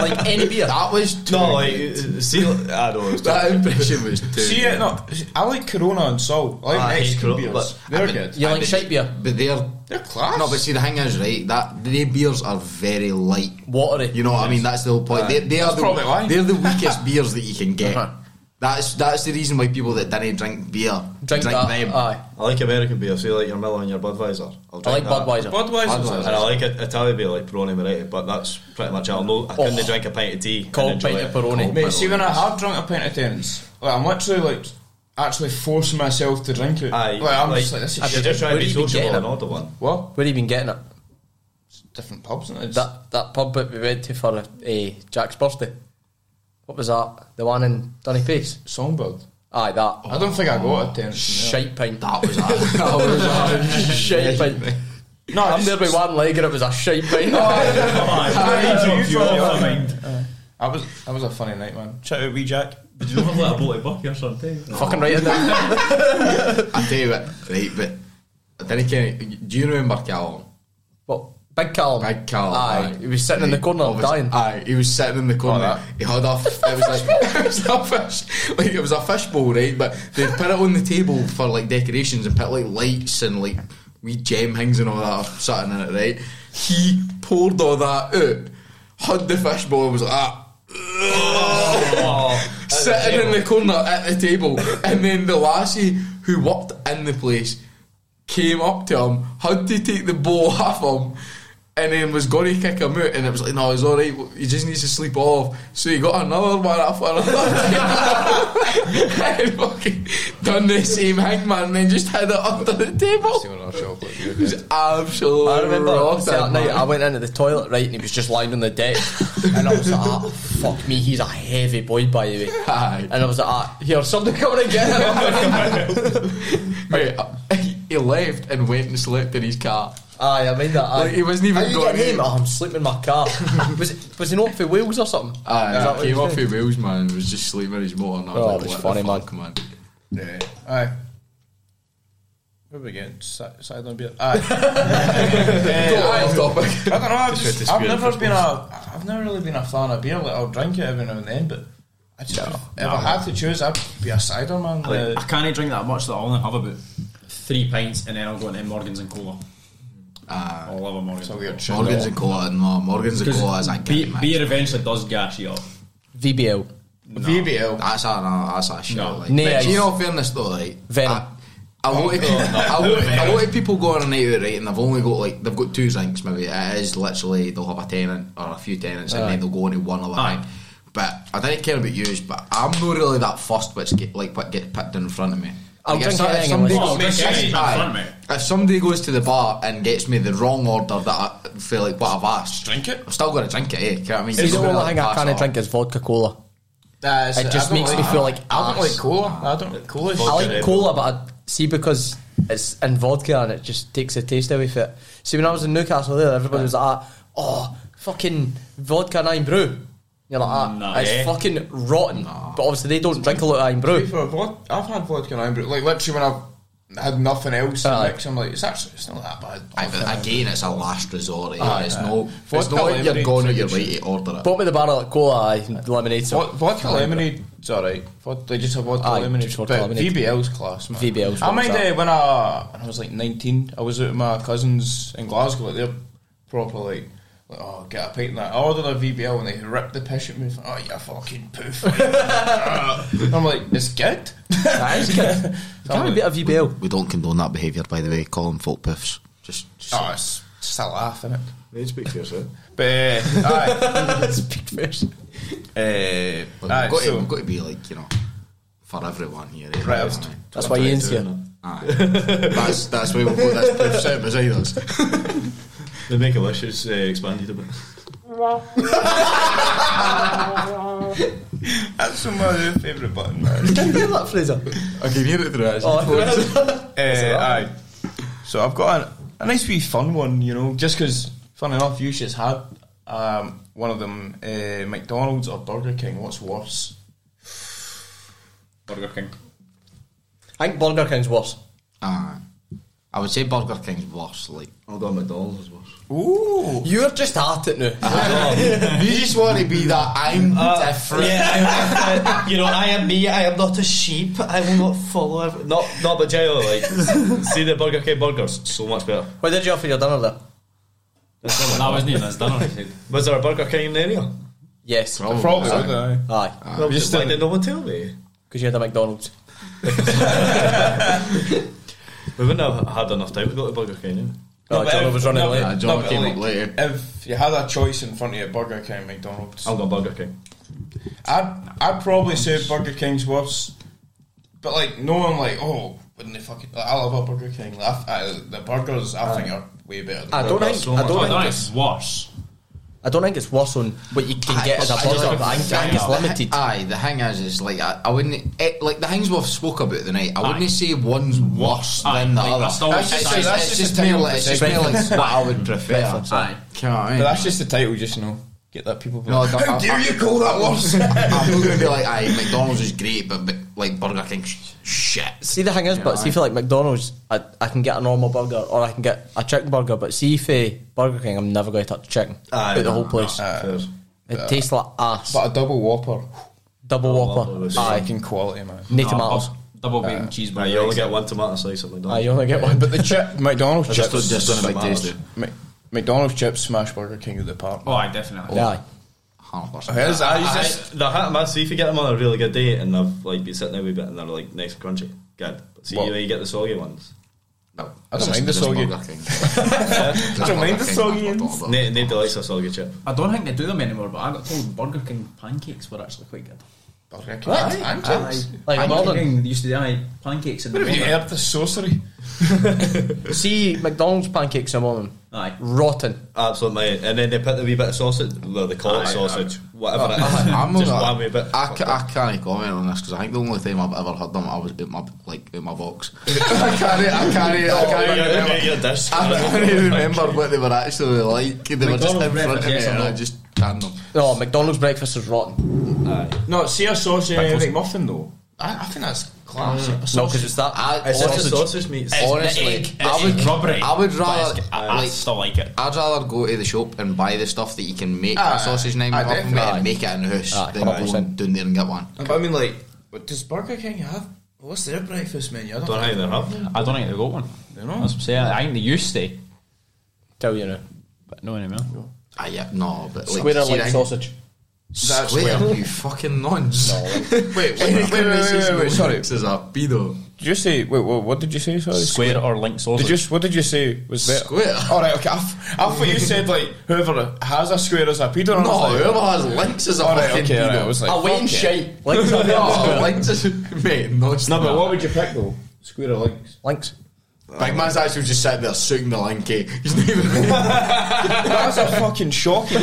Like any beer. That was too No, [laughs] like good. see, I don't. Know, that impression was too. See good. it not. I like Corona and Salt. I like I hate Mexican Corona, beers. but- They're I mean- good. You like but- shite beer. but they're They're class. no. But see, the thing is, right? That their beers are very light. Watery. You know what I mean? That's the whole point. They, they are That's the, probably why. they're the weakest [laughs] beers that you can get. Uh-huh. That's that's the reason why people that didn't drink beer drink, drink, that. uh. them. Aye. I like American beer. See, like your Miller and your Budweiser. I'll I like drink that. Budweiser. Budweiser's Budweiser. And I like it- Italian beer, like Peroni Moretti, but that's pretty much it. I'll know, I couldn't drink a pint of tea. and Cold enjoy pint of it. Peroni. Mate, see when I have drunk a pint of Tennant's, like I'm literally like actually forcing myself to drink it. Aye, like I'm just like this I is You're shit. did- just trying to Where be do you even sociable get and it? order one. What? Where have you been getting it? Different pubs and it's That that pub that we went to for uh, Jack's birthday. What was that? The one in Dunny Face? Songbird. Aye, that. I don't think I got a Tennant's. Shite pint. [laughs] That was a, that was a [laughs] shite pint. No, I'm there with one leg and it was a shite pint. Oh, Aye. I was that was a funny night, man. Shout out Wee Jack. Did you not let a bloated bucky or something? Fucking right in there. I tell you what, right? But then again, do you remember Callum? What? Big Callum. Big Callum. Aye. He was sitting in the corner Obvious- dying. Aye, he was sitting in the corner. that. he had a. F- it was like [laughs] it was a fish, like it was a fish bowl, right? But they put it on the table for like decorations and put like lights and like wee gem things and all that sitting in it, right? He poured all that out, had the fish bowl, and was like. Ah, Oh. sitting in the corner at the table, and then the lassie who worked in the place came up to him, had to take the ball [laughs] off him, and then was going to kick him out, and it was like, no, it's all right. He just needs to sleep off. So he got another one off another, [laughs] and fucking done the same hangman, and then just had it under the table. It was absolutely. I remember rotten, that night man. I went into the toilet right and he was just lying on the deck and I was like ah, fuck me he's a heavy boy by the way Aye. and I was like ah, here something coming again Mate, he left and went and slept in his car. aye I mean that aye. Like, he wasn't even How you going getting him in. oh, I'm sleeping in my car was it was he not for Wales or something Is that Aye, what he you Ah, came off think? with Wales, man. Was just sleeping in his motor. And I Oh, was it like, was what funny, the man. fuck, man. Yeah. Aye. Where we getting? Si- Cider and beer. Aye. Eh, Go aye. off topic. I don't know. I've, Just just, had I've to never spew been a. I've never really been a fan of beer. Like I'll drink it every now and then, but I just if I had to choose, I'd be a cider man. Like, uh, I can't drink that much that I only have about three pints and then I'll go into Morgan's and cola. Ah. I'll love a Morgan's. it's a weird shit. Morgan's and cola, no. Morgan's and cola is like Be- getting beer eventually does gas you up. VBL VBL. That's a no, that's a shit. No. Oh, Like, Nay, but I- you know, fairness though, like Venom. I, a lot of people, a, lot, a lot of people go on a night out, right, and they've only got like they've got two drinks. Maybe it is literally they'll have a tenant or a few tenants, and then they'll go into one other Aye. drink. But I don't care about you, but I'm not really that fussed which get like what get picked in front of me. I'll Like, drink if, so- if anything. somebody unless- goes- Make sure if- you aye. confirm it. if somebody goes to the bar and gets me the wrong order that I feel like what I've asked, Drink it. I'm still going to drink it. Eh? You know what I mean? See, the Don't only let thing I pass can't off. drink is vodka cola. That's, It just I don't makes me feel like I don't ass. like cola. I don't like cola. I shit. like cola, but I see because it's in vodka and it just takes the taste away from it. See, when I was in Newcastle there, everybody was like, "Oh, fucking vodka and iron brew." You're like, "Ah, Nah. it's Eh? fucking rotten." But obviously, they don't drink a lot of iron brew. For a vod- I've had vodka and iron brew. Like literally when I've had nothing else, Aye. like, so I'm like, it's actually it's not that bad. Aye, but again, it's a last resort. Eh? Aye, it's aye. no, it's Vodka not like lemonade you're going out is your pretty way to order it. Bought me the barrel of cola, aye, lemonade, so [laughs] Vod- vodka lemonade's alright. Vod- They just have vodka Aye, lemonade. just vodka but lemonade. VBL's class, man. VBL's I mind what's uh, when I when I was like nineteen, I was out with my cousins in Glasgow. Like, they're proper like. Like, oh, get a pint and that. I ordered a VBL and they ripped the piss at me. Oh, you fucking poof. [laughs] I'm like, it's good. that [laughs] is good. Can we beat a VBL? We don't condone that behaviour, by the way. Call them folk puffs. Just, just Oh, it's just a laugh, innit? Need to speak eh? for yourself. But, uh, aye. [laughs] Speak first. Uh, But aye, we've, got to, so, we've got to be like you know for everyone here. eh? Right, I You was- know what I mean? That's why Ian's here. Aye. that's that's why we'll put this push out beside us. The Make a Wish is uh, expanded a bit. that's my favourite button, man. Can you hear that, Fraser? I can hear it through us. [laughs] Oh, Uh, aye. So I've got a, a nice wee fun one, you know, just because, fun enough, you just had um, one of them uh, McDonald's or Burger King. What's worse? Burger King. I think Burger King's worse. Aye. uh, I would say Burger King's worse. [laughs] Like I'll go McDonald's as well. Ooh! Uh-huh. You're just at it now. you just want to be that Uh, I'm different. Yeah, you know, I am me. I am not a sheep. I will not follow. Every- Not, not but generally, like, [laughs] see the Burger King burgers, so much better. what did you have for your dinner there? That wasn't even his dinner. he said. Was there a Burger King in the area? Yes. Probably would, aye. Aye. No, just why didn't- did no one tell me? Because you had a McDonald's. We wouldn't have had enough time to go to Burger King. eh? Oh, but John if- was running no, late. Nah, John no, but came like, up later. If you had a choice in front of you, Burger King, McDonald's, I'll go Burger King. I'd, I'd probably say Burger King's worse. But like, no one like, oh, wouldn't they fucking? Like, I love a Burger King. Like, I, I, the burgers, I think, are way better. Than I don't think. I Oh, don't that think. is worse. I don't think it's worse on what you can get as a I just- burger, but I think I think it's limited. Aye, the thing is, is like I, I wouldn't eh, like the things we've spoke about tonight. I wouldn't Aye. say one's worse Aye, than the like, other. that's always it's, just- just, that's it's just just a more thing like, it's just preference. more like what I would prefer. Preference, aye. Do you know what I mean? But that's just the title, just you know. Get that people. No, I don't- How I- dare I- you call that worse? I'm not [laughs] going to be like, aye, McDonald's is great, but, but like Burger King, sh- shit. See, the thing is, but see, for like McDonald's, I, I can get a normal burger or I can get a chicken burger, but see, for Burger King, I'm never going to touch chicken. Aye, Out the no, whole place. Uh, it tastes like ass. but a double whopper, Double well, Whopper. it's- Aye. fucking quality, man. No No, tomatoes. bu- double bacon cheeseburger. Right, you only get one tomato slice at Aye, McDonald's. Ah, you only get one. But the chip, McDonald's Just, chips, just on a big Tomatoes. taste. Mc- McDonald's chips smash Burger King at the park. Oh, I definitely. Aye. Here's- I I used just, the hat man, see if you get them on a really good day and they've like been sitting there a wee bit and they're like nice and crunchy. Good. But see What? when you get the soggy ones. No, I don't mind the soggy. [laughs] I don't mind the soggy Nate, Nate likes a soggy chip. I don't think they do them anymore, but I got told Burger King pancakes were actually quite good. Burger King. And chips. Like a Burger modern. King they used to do aye, pancakes in the What have you morning. heard the sorcery? See, McDonald's pancakes in the morning. Aye. Rotten. Absolutely. And then they put the wee bit of sausage, well, they call it Aye, sausage, whatever it is. Oh, [laughs] I'm [laughs] just not- one wee bit. I, ca- I can't comment on this because I think the only time I've ever had them, I was in my like in my box. [laughs] I can't, I can't, I Oh, can't you're gonna remember. get your dish. I [laughs] can't even remember what they were actually like. They were just in front McDonald's of me, breakfast, yes or and I no? just canned them. No, McDonald's breakfast is rotten. No, see a sausage and egg muffin though. I, I think that's class. A Mm. No, sausage- because it's that. I, It's just honestly- sausage meat. honestly, It's I would, rubbery. I would but rather, it's- I, I like, still like it. I'd rather go to the shop and buy the stuff that you can make Aye, a sausage name aye, off of it definitely. and make it in the house Aye, than go 100%. down there and get one. But I mean, like, what does Burger King have? What's their breakfast menu? I don't, Don't hang them up. I don't think they got one. You know? That's what I'm saying. I think they used to, Tell you now. but no anymore. Ah, yeah, no, but like, Square see, I like think- sausage. Square, [laughs] you fucking nonce. [laughs] Wait, wait, wait, wait, wait, wait, wait, sorry. This is a pedo. Did you say? Wait, what, what did you say? Sorry, Square or link sausage. Did you, what did you say was better? Square. All right, okay. I, f- I thought you said like whoever has a square is a pedo. and I [laughs] No, was like, whoever has links is a All right, fucking Oh, okay. all right, I Oh, pedo. was like, Away [laughs] and fuck it. Oh. shite. Like, no, links is mate, no. it's No, not. but what would you pick though? Square of links. Links. Big man's actually just sitting there suiting the lanky. He's not even. That's a fucking shocking.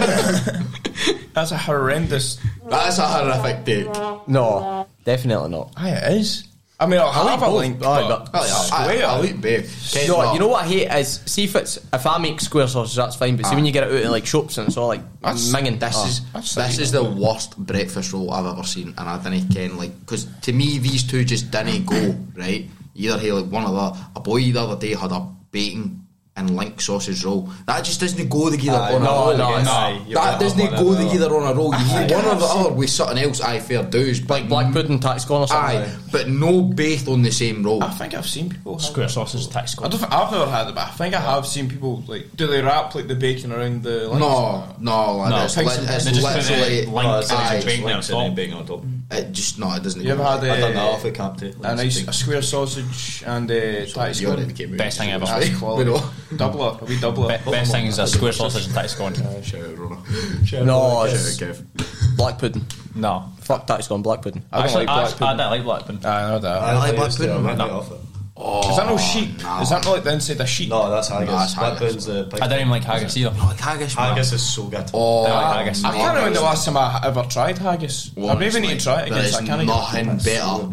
[laughs] That's a horrendous. [laughs] That's a horrific take. No, definitely not. Aye, it is. I mean, I'll have a both. link. Aye, but Well, I, Square. I, I leap babe. Ken's no, not. you know what I hate is see if it's if I make square sausage, that's fine. But see when you get it out in like shops and it's all like That's- minging. This Oh. is that's this is the worst breakfast roll I've ever seen, and I didn't ken like because to me these two just didn't go right. Either hey like one of the a boy the other day had a bacon and link sausage roll that just doesn't go together on no, a roll. no, it's- Aye, that you're right, doesn't I'm on go it, I'm on together on a roll. You need one or the other with something else. I fair dues like black pudding tax gone or something. Aye, but no both on the same roll. I think I've seen people. have- Square sausage tax I don't think I've never had it, but I think I have seen people like do they wrap like the bacon around the links? No, no, like No, it's, pigs li- and it's They just put literally a Oh, link aye, sausage bacon on Links and then top. bacon on top. it just no, it doesn't. go You ever had together. uh, I done that off the cap too. a nice a square sausage and uh, tight You already scone? became Best thing ever. That's quality. We know. Doubler, a wee doubler. Be- Best thing is a square sausage and tax gone. Shout out, Rona. No, Shout out, it's Kev. black pudding. No. Fuck tax gone black pudding. I don't like black actually, I, I pudding. don't like black [laughs] pudding. I know that. I like black pudding. I'm not off it. Is that no sheep? Oh, no. Is that not like the inside of sheep? No, that's haggis. uh, No, that's Black haggis. Pudding's the pig. I don't even like haggis either. Oh, haggis, man. Haggis is so good. Oh, I like haggis. I can't remember the last time I ever tried haggis. I maybe need to try it again. There's so I can't. nothing better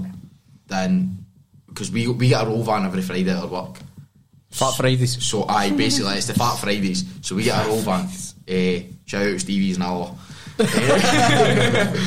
than because we we get a roll van every Friday at work. Fat Fridays. So I basically it's the Fat Fridays. So we get a roll van. Eh, shout out Stevie's and all. Eh, [laughs]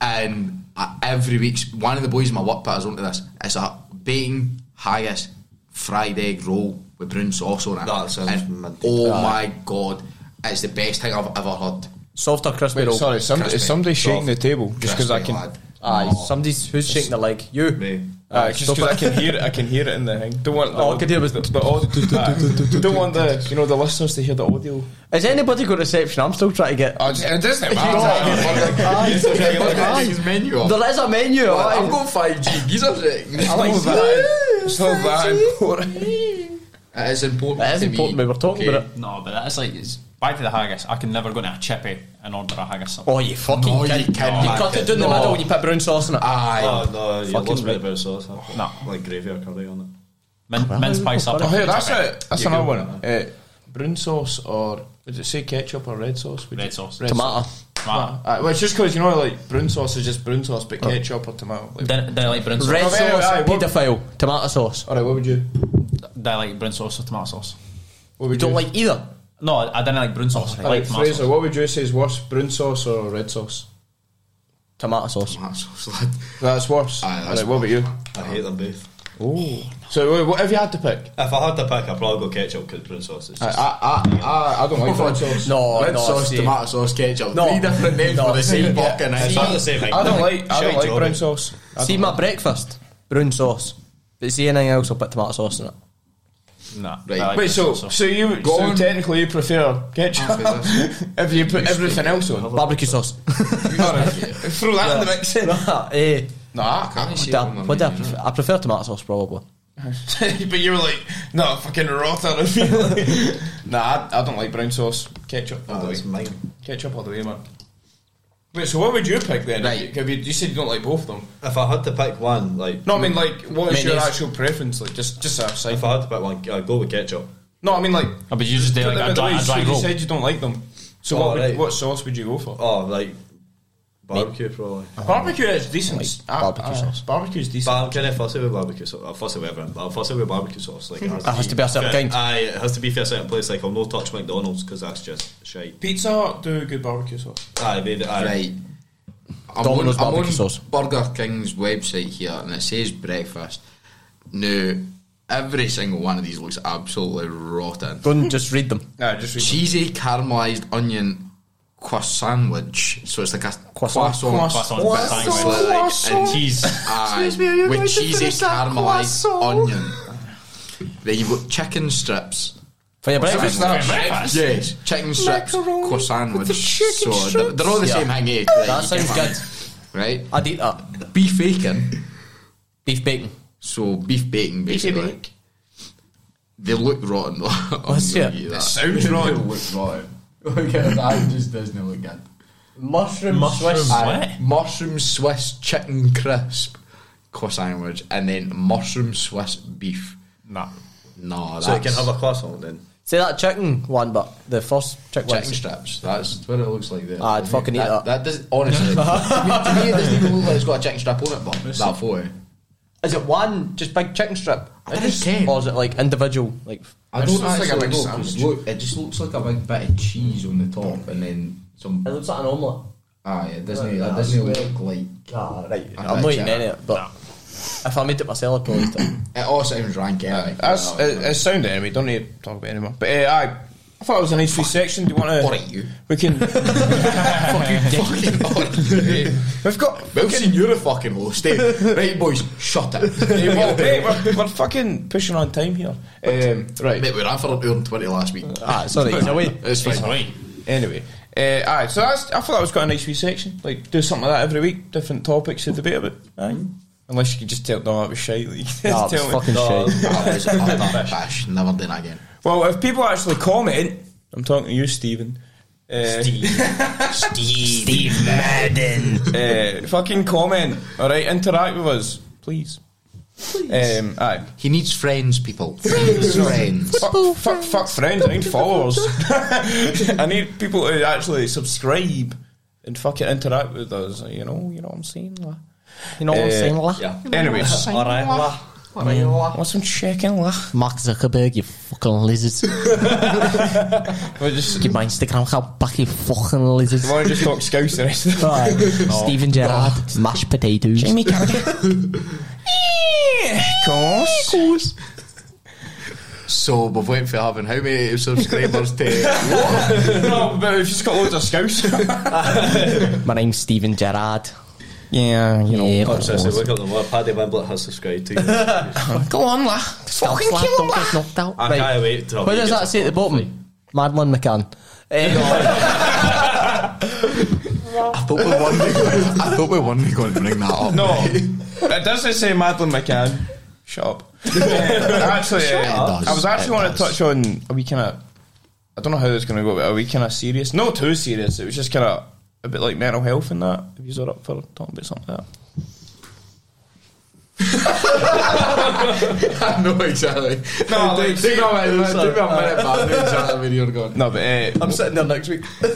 and I, every week, one of the boys in my work put us onto this. It's a bacon haggis fried egg roll with brown sauce on it. That sounds And, mint. oh my god, it's the best thing I've ever heard. Softer crispy roll. Sorry, some, Crispy. is somebody shaking the table just because I Crispy, can? lad. [laughs] Aye, somebody's who's shaking their leg. You. Me. Uh, just Ah, because I stop it. can hear it, I can hear it in the thing. Don't want the, All I could hear was the, the [laughs] audio. don't want the you know the listeners to hear the audio. Has anybody got reception? I'm still trying to get. Ah, Oh, just, it [laughs] doesn't His menu. up. There is a menu. aye. I've got 5G. He's upset. I like that. It's not that [laughs] important. It is important. That is to me. important. We were talking Okay. about it. No, but that's like it's back to the haggis. I can never go to a chippy and order a haggis. Oh, you fucking No, you kid. can't. You cut it down the middle and you put brown sauce in it. Aye. Oh, no, you Fucking lost me a bit of sauce. huh? No. Like gravy or curry on it. Min, mince pie supper. Oh, hey, that's it. That's You another go. one. Uh, brown sauce or did it say ketchup or red sauce? Would Red you- sauce. Tomato. Tomato. Uh, well, it's just because you know, like brown sauce is just brown sauce, but Oh. ketchup or tomato. Like, Then, then I like brown sauce. Red Oh, sauce, wait, wait, aye, what- paedophile, tomato sauce. all right, what would you? Then I like brown sauce or tomato sauce. What would You don't like either. No, I didn't like brown sauce. I All right, like tomato Fraser, sauce. what would you say is worse, brown sauce or red sauce? Tomato sauce. That's so sad. That's worse. Aye, that's All right, what about you? I hate them both. Oh, so wait, what have you had to pick? If I had to pick, I'd probably go ketchup because brown sauce is I, just. I, I, I don't like brown sauce. No, Red no, sauce, see. tomato sauce, ketchup. No. Three different names No. for the same bucket. It's and not the same thing. I don't like, I Shite don't like job. brown sauce. I See don't my like- breakfast, brown sauce. But see anything else, I'll put tomato sauce in it. Nah, Right. I like Wait, brown so sauce, so- so you Go so on. technically you prefer ketchup [laughs] if you put everything else on? Barbecue [laughs] sauce. [laughs] Throw that in the mix. Nah, eh, No, I can't. Can't what see do it I- on my what do I menu, prefer? I prefer tomato sauce probably. [laughs] but you were like, no, fucking rotter. [laughs] nah, I, I don't like brown sauce. Ketchup all Oh, the it's way. mine. Ketchup all the way, man. Wait, so what would you pick then? Right. Have you, you said you don't like both of them. If I had to pick one, like. No, I mean like, what is your Mayonnaise. actual preference? Like, just just a side. If I had to pick one, I'd go with ketchup. No, I mean like. Oh, but you just did put like them a in the way, dry, a dry so You roll. said you don't like them. So Oh, what, would, right. what sauce would you go for? Oh, like. Barbecue, probably. Barbecue is decent. I- barbecue I- sauce. Barbecue is decent. But I'm kind of fussy with barbecue sauce. I'm fussy with everything, but I'm fussy with barbecue sauce. Like, it has, That has to be a certain kind. Aye, it has to be for a certain place. Like, I'll no touch McDonald's because that's just shite. Pizza Hut do good barbecue sauce. Aye, they, aye. Right. I'm Domino's on, I'm barbecue on sauce. Burger King's website here and it says breakfast. Now, every single one of these looks absolutely rotten. Go and just read them. Nah, just read Cheesy caramelized onion croissant sandwich. So it's like a Croissant. croissant. Croissant. But it's Croissant. like- and Cheese. Aye, with cheesy caramelised onion. Then you've got chicken strips. For your breakfast. Breakfast. Yes, chicken strips, croissant with so they're, they're all the Yeah. same thing. eh? That Like, you sounds get good. my- Right, I'd eat that. beef bacon. Beef bacon. So beef bacon, basically. They look rotten though. [laughs] I'm gonna Let's see it. give you that. [laughs] sounds They wrong. look rotten. [laughs] Okay, that just doesn't look good. Mushroom, Mushroom. Swiss. What? Aye, mushroom Swiss chicken crisp. Coss sandwich, and then mushroom Swiss beef. Nah. No, that's So you can have a croissant then. Say that chicken one, but the first chicken chicken one. strips. That's what it looks like there. I'd fucking eat that. That does honestly. to, me, to me, it doesn't even look like it's got a chicken strip on it, but that photo. Is it one just big chicken strip? I didn't care. Or is it like individual? Like I It don't just looks like a actually big know, 'cause sandwich. Look, it just looks like a big bit of cheese on the top, and then some. it looks like an omelette. Aye, it Right, doesn't. That that's doesn't weird. look like. Ah, right. I I'm bet not eating you- any of it, but if I made it myself, I'd probably eat it. It all sounds rank anyway. That's uh, No, it, no. it sounded anyway. Don't need to talk about it anymore. But uh, I, I thought it was a nice wee section. Do you want to? Alright, you. We [laughs] can. [laughs] Fucking alright. We've got. Wilson, you're a fucking host, eh? Right, boys, shut Hey, well, mate, it. we're, we're fucking pushing on time here. Um, right. Mate, we ran for an hour and 20 last week. [laughs] Ah, sorry, he's away. It's fine. Anyway, uh, aye. So that's, I thought that was quite a nice wee section. Like do something like that every week, different topics to debate about. Aye. Unless you could just tell no, it was shite. Like, [laughs] you could Ah, just it was tell me. fucking shit. That was a bash. Never done that again. Well, if people actually comment, I'm talking to you, Stephen. Uh, Steve Madden. uh, fucking comment, all right? Interact with us, please. Please. Um, aye. He needs friends, [laughs] people. Friends. friends. Fuck, fuck, fuck friends. I need followers. [laughs] I need people to actually subscribe and fucking interact with us. You know, you know what I'm saying. la? You know what I'm Eh, saying, lah? Yeah. [laughs] Anyways, Alright, lah. want some chicken? la? Mark Zuckerberg, you fucking [laughs] lizards. We'll just Give my Instagram account back, you fucking lizards. we'll just talk scouts the rest of the Stephen Gerrard, mashed potatoes. Jamie Carragher. Course. So, we've went for having how many subscribers to. [laughs] [laughs] No, but if she's got loads of scouts. My name's Stephen Gerrard. [laughs] yeah, you know. Yeah, Oh, so I said, wake up in the morning, Paddy Wimblett has subscribed to you. Go on, la. Fucking kill him, la. knocked out. I can't wait till What does that say at the bottom? Madeline [laughs] McCann. Eh, I thought we won. I thought we won. We're going to bring that up. No, [laughs] it doesn't say Madeline McCann. Shut up. [laughs] actually, uh, up. I was It actually want to does. touch on. Are we kind of? I don't know how this is going to go, but are we kind of serious? No, too serious. It was just kind of a bit like mental health and that. If you're up for talking about something like that. [laughs] I know exactly. No, like, take me a minute. Take me a minute, but I know exactly where you're going. No, but uh, [laughs] I'm sitting there next week. uh,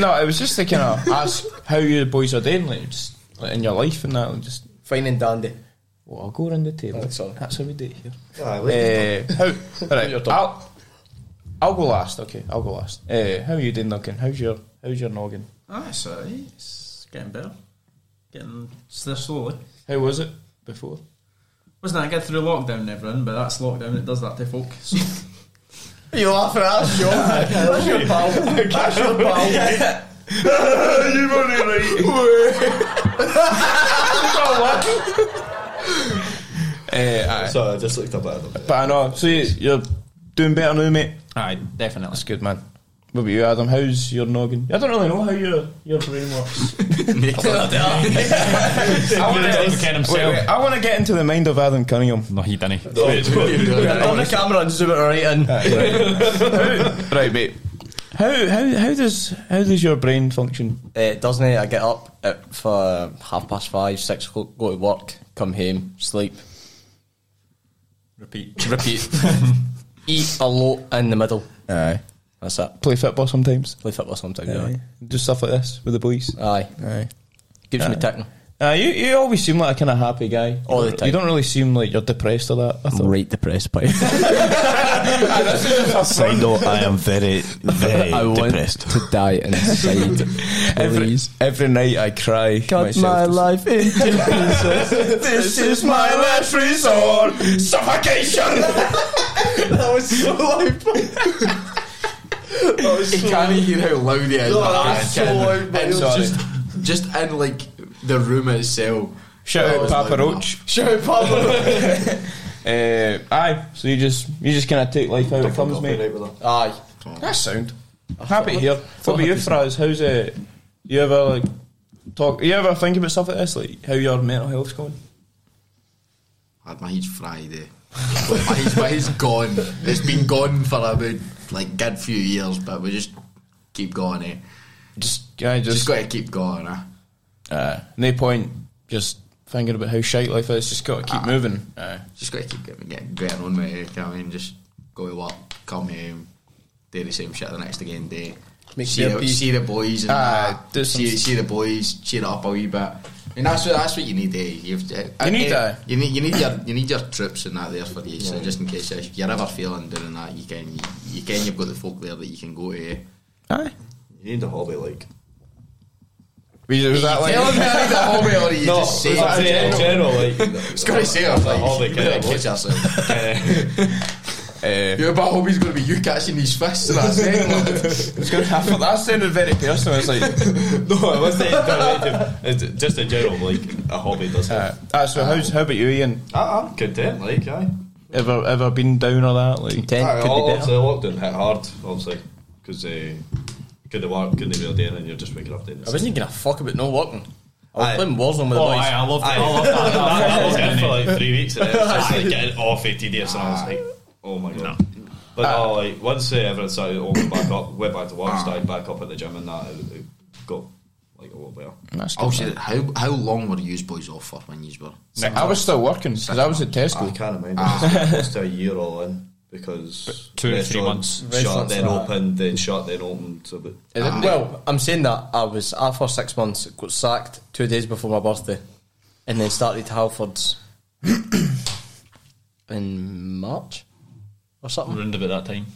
no, it was just to kind of ask how you boys are doing, like just like, in your life and that. Like, just Fine and dandy. well, I'll go around the table. That's all. That's how we do it here. that? Uh, [laughs] how, right, I'll, I'll go last. Okay, I'll go last. Uh, how are you doing, Duncan? How's your How's your noggin? Ah, it's alright. It's getting better. Getting s- there slowly. How was it before? Wasn't that good through lockdown and everything, but that's lockdown, it does that to folk. So, You laughing at us, Sean? That's your pal. That's your pal. you right. Sorry, I just looked up at them. but I know. So you, you're doing better now, mate. Aye, definitely. That's good, man. What about you, Adam? How's your noggin? I don't really know how your your brain works. I wanna- Wait, wait, Oh, I want to get into the mind of Adam Cunningham. No, he didn't. On the camera and zoom it right in. right, mate. How how how does how does your brain function? It doesn't it? I get up at for half past five, six o'clock, go to work, come home, sleep, [laughs] Repeat. repeat, eat a lot in the middle. Aye. That's it. Play football sometimes. Play football sometime. Yeah. Do stuff like this with the boys. Aye. Aye. Keeps me Aye. ticking. Uh, you you always seem like a kind of happy guy All You the don't- time. You don't really seem like you're depressed or that. I I'm thought. right depressed, but Side note, I am very, very [laughs] I want depressed. to die [laughs] inside. Every, Please. every night I cry. Cut myself my to- [laughs] life into pieces. This is my last resort. [laughs] Suffocation. that was so loud. [laughs] You can't hear how loud it is. No, that's so loud, mate. It's Sorry. just, just in like the room itself. Oh, Shout That out was Papa loud Roach. Shout Pablo. [laughs] Uh, aye. So you just you just kind of take life out it comes, mate. Aye. That's sound. Happy here. What about you, Fraz? How's it? You ever like talk? You ever think about stuff like this, like how your mental health's going? had my head's Friday. my, head's, my head's gone. It's been gone for about like good few years, but we just keep going. Eh? Just, I Just just, got to keep going. Eh? uh, no point. Just thinking about how shite life is. Just got to keep moving. Uh, Aye. Just got to keep getting, getting, getting on with it, you know what I mean? Just go to work, come home, do the same shit the next again day. Make see, their the, peace. see the boys and Aye, Ah, do that. some See, s- see the boys, cheer it up a wee bit. And that's what that's what you need. Eh? You've, eh, You need eh, that. You need you need your you need your troops and that there for you. So just in case if you're ever feeling doing that, you can you can you've got the folk there that you can go to. eh? Aye. You need a hobby like. Was, was that Tell like? them that eh, the hobby or [laughs] you just say That's it, in it. general, like. It's gonna say it. Like, hobby, you better yeah. [laughs] catch [laughs] yourself. Uh, eh, Your bad hobby's gonna be you catching these fish and that's [laughs] it. it's gonna happen. That sounded very personal. It's like, no, I wasn't saying directive. It's just in general, like a hobby does. uh, Uh, ah, so how's, how about you, Ian? I'm content, like aye. Ever ever been down or that? Like, aye Ten could be obviously, better. lockdown hit hard, obviously, because uh, couldn't work, couldn't really do anything. You're just waking up doing I this. wasn't gonna fuck about no working. I was Aye. playing Warzone with Oh, the boys. aye, I love that. I love that, that. that was good for That's like three weeks, and then it was just [laughs] like getting off it tedious, and I was like, oh my god. But no, like once uh, everything started opening back up, went back to work, started back up at the gym, and that it, it got like a lot better. that's good. Also, how how long were you boys off for when you were? I was still working because I was at I Tesco. can't remember. It's close to uh, a year all in because But two or three restaurants months. Shut Restaurants then are- opened, then shut then opened. So but Is it- Ah, well, I'm saying that I was out for six months, got sacked two days before my birthday, and then started [coughs] Halfords in March or something. Around about that time.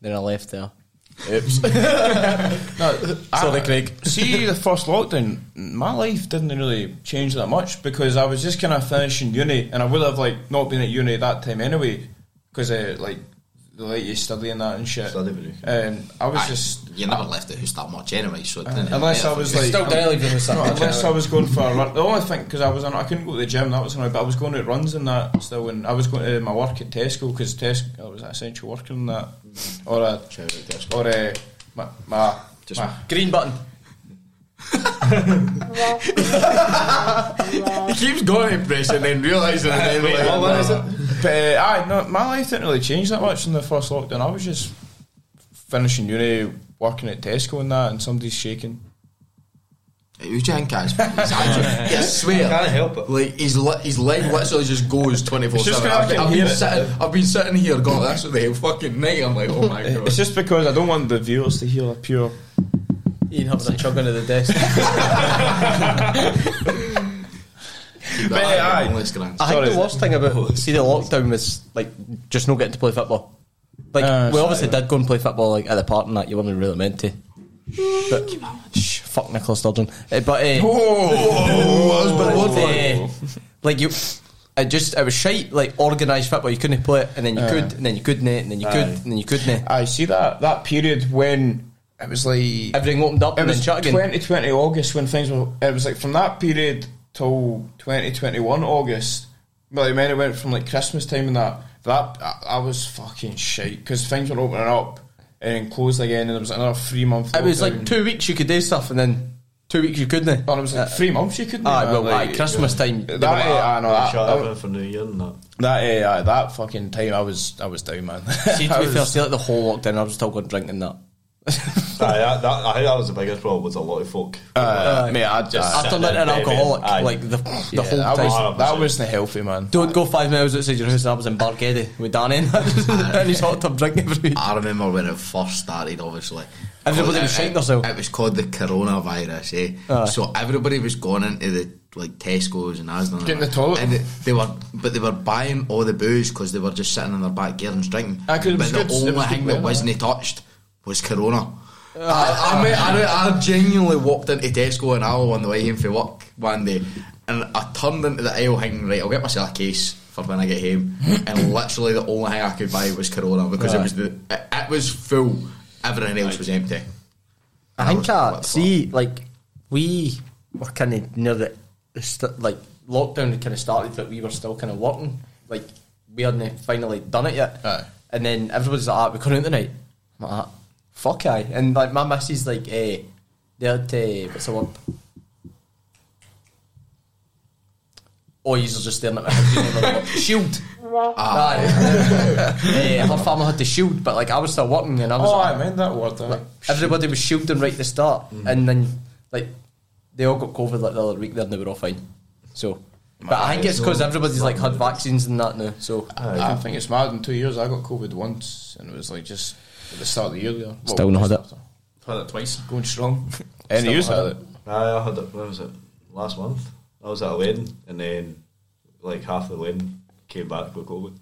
Then I left there. Oops. [laughs] No, Sorry, I- Craig. See, the first lockdown, my life didn't really change that much because I was just kind of finishing uni, and I would have like not been at uni that time anyway because uh, like the like you study and that and shit. Study, but you Um, I was just you never left the house that much anyway, so it didn't really Uh, unless I matter. was like Still daily doing No, something. unless I was going for a run. The only thing because I was on, I couldn't go to the gym. That was annoying. But I was going to runs and that still. When I was going to my work at Tesco because Tesco I was an essential worker and that, or a Shout out Tesco. or a my my. Just- my Green button. He keeps going to press and then realising and then like, But uh, aye, no, my life didn't really change that much in the first lockdown. I was just finishing uni, working at Tesco and that, and somebody's shaking. Who do you think that is? He's [laughs] actually, I swear. Can't help it. Like his li- his leg literally just goes twenty four It's just seven. gonna I've been, fucking I've hear been it. sitting I've been sitting here going, that's what the whole fucking night. I'm like, oh [laughs] my god. It's just because I don't want the viewers to hear a pure. Ian Hubs a chugging of the desk. But But, aye. I'm less grand. I think Sorry. the worst thing about see the lockdown was like just not getting to play football. Like Uh, we obviously did go and play football like at the park and that you weren't really meant to. But shh, fuck Nicola Sturgeon. Eh, but eh, Oh, eh, like you, it just it was shite. Like organised football, you couldn't play it, and Ah. then you could, and then you couldn't, and then you could, and then you couldn't. I see that that period when it was like Everything opened up it and then was shut again. 2020 August when things were. It was like from that period till 2021 August. But like, when it went from like Christmas time and that, that I, I was fucking shite because things were opening up and closed again, and there was another three month. It was like lockdown. two weeks you could do stuff, and then two weeks you couldn't. Uh, Oh, it was like three months you couldn't. Aye, man, well, like, aye, Christmas time. That, eh, aye, aye, no, that, shut that, everything for New Year and that. that, eh, aye, aye, that fucking time, I was, I was down, man. [laughs] See, I to be was- fair, see, like the whole lockdown, I was still going drinking that. Aye, that, that, I think that was the biggest problem with a lot of folk. Uh, mate, I just, I sat turned into there an alcoholic, baby. Aye. like the, the yeah, whole that time. was, that was the healthy man. Don't go five miles outside your house. and I was in Bargeddy with Danny [laughs] and, and he's hot tub drinking every week. [laughs] I remember when it first started, obviously. Everybody It- was shitting it- themselves. It was called the coronavirus, eh? Aye. So everybody was going into the like Tesco's and Asda. and Getting the that. toilet. And they, they were, but they were buying all the booze because they were just sitting in their backyards drinking. Aye, 'cause it but was the good- it only was good thing that weather. wasn't touched was Corona. Uh, I, I, mean, I, I genuinely walked into Tesco and Allo on the way home from work one day, and I turned into the aisle thinking, right, I'll get myself a case for when I get [laughs] home. and literally, the only thing I could buy was Corona because it was the it, it was full. Everything else was empty. I think was I quite see, like we were kind of near the, the st- like lockdown kind of started, but we were still kind of working. Like we hadn't finally done it yet, Aye. and then everybody's like, ah, "We're going out tonight." I'm like, "Ah, "Fuck aye!" And like my missus, like, eh, they had eh, what's the word? Oh, you're just staring at my [laughs] shield. Ah. Aye. [laughs] Eh, her farmer had the shield, but like I was still working, and I was Oh, like, I meant that word. aye. like, everybody was shielding right at the start, and then like they all got COVID like the other week, there and they were all fine. So But I think it's because everybody's like had vaccines and that now. So I don't think it's mad. In two years, I got COVID once, and it was like just at the start of the year. There. Well, Still not had it. Played it twice. Going strong. And you had it. Aye, I had it. When was it? Last month. I was at a wedding, and then like half the wedding came back with COVID.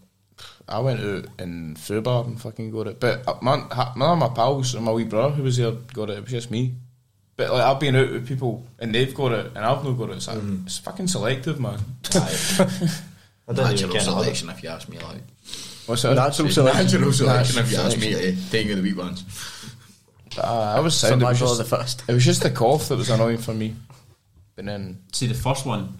I went out in Fubar and fucking got it. But uh, man, ha- none of my pals and my wee brother who was there got it. It was just me. But like I've been out with people and they've got it and I've not got it. It's, like, it's fucking selective, man. I didn't even Natural get it. selection, if you ask me. [laughs] Like What's that? Natural selection. natural selection, if you ask me. eh, Taking the weak ones. Uh, I was sound. It was, Survival just, of the first. it was just the cough that was annoying for me. But then [laughs] See, the first one,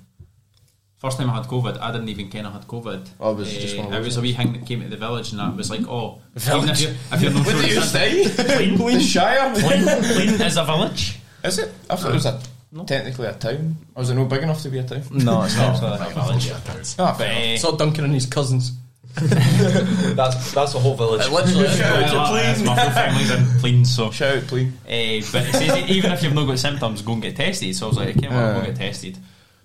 first time I had COVID, I didn't even ken I had COVID. Oh, was it just one of it those was a wee thing that came to the village, and that was [laughs] like, oh, even if you're, if you're not what sure do you it's a- say? Plain, The Shire. plain, plain is a village. Is it? I thought it was a technically a town. Or is it no big enough to be a town? Mm. No, it's It's not a village. Ah, fair enough. Eh, It's not Duncan and his [laughs] cousins. That's that's the whole village. [laughs] well, that's my whole family's in Plain, so. Shout out, please. [laughs] Eh, but it says even if you've not got symptoms, go and get tested. So I was like, okay, well, I'll go get tested.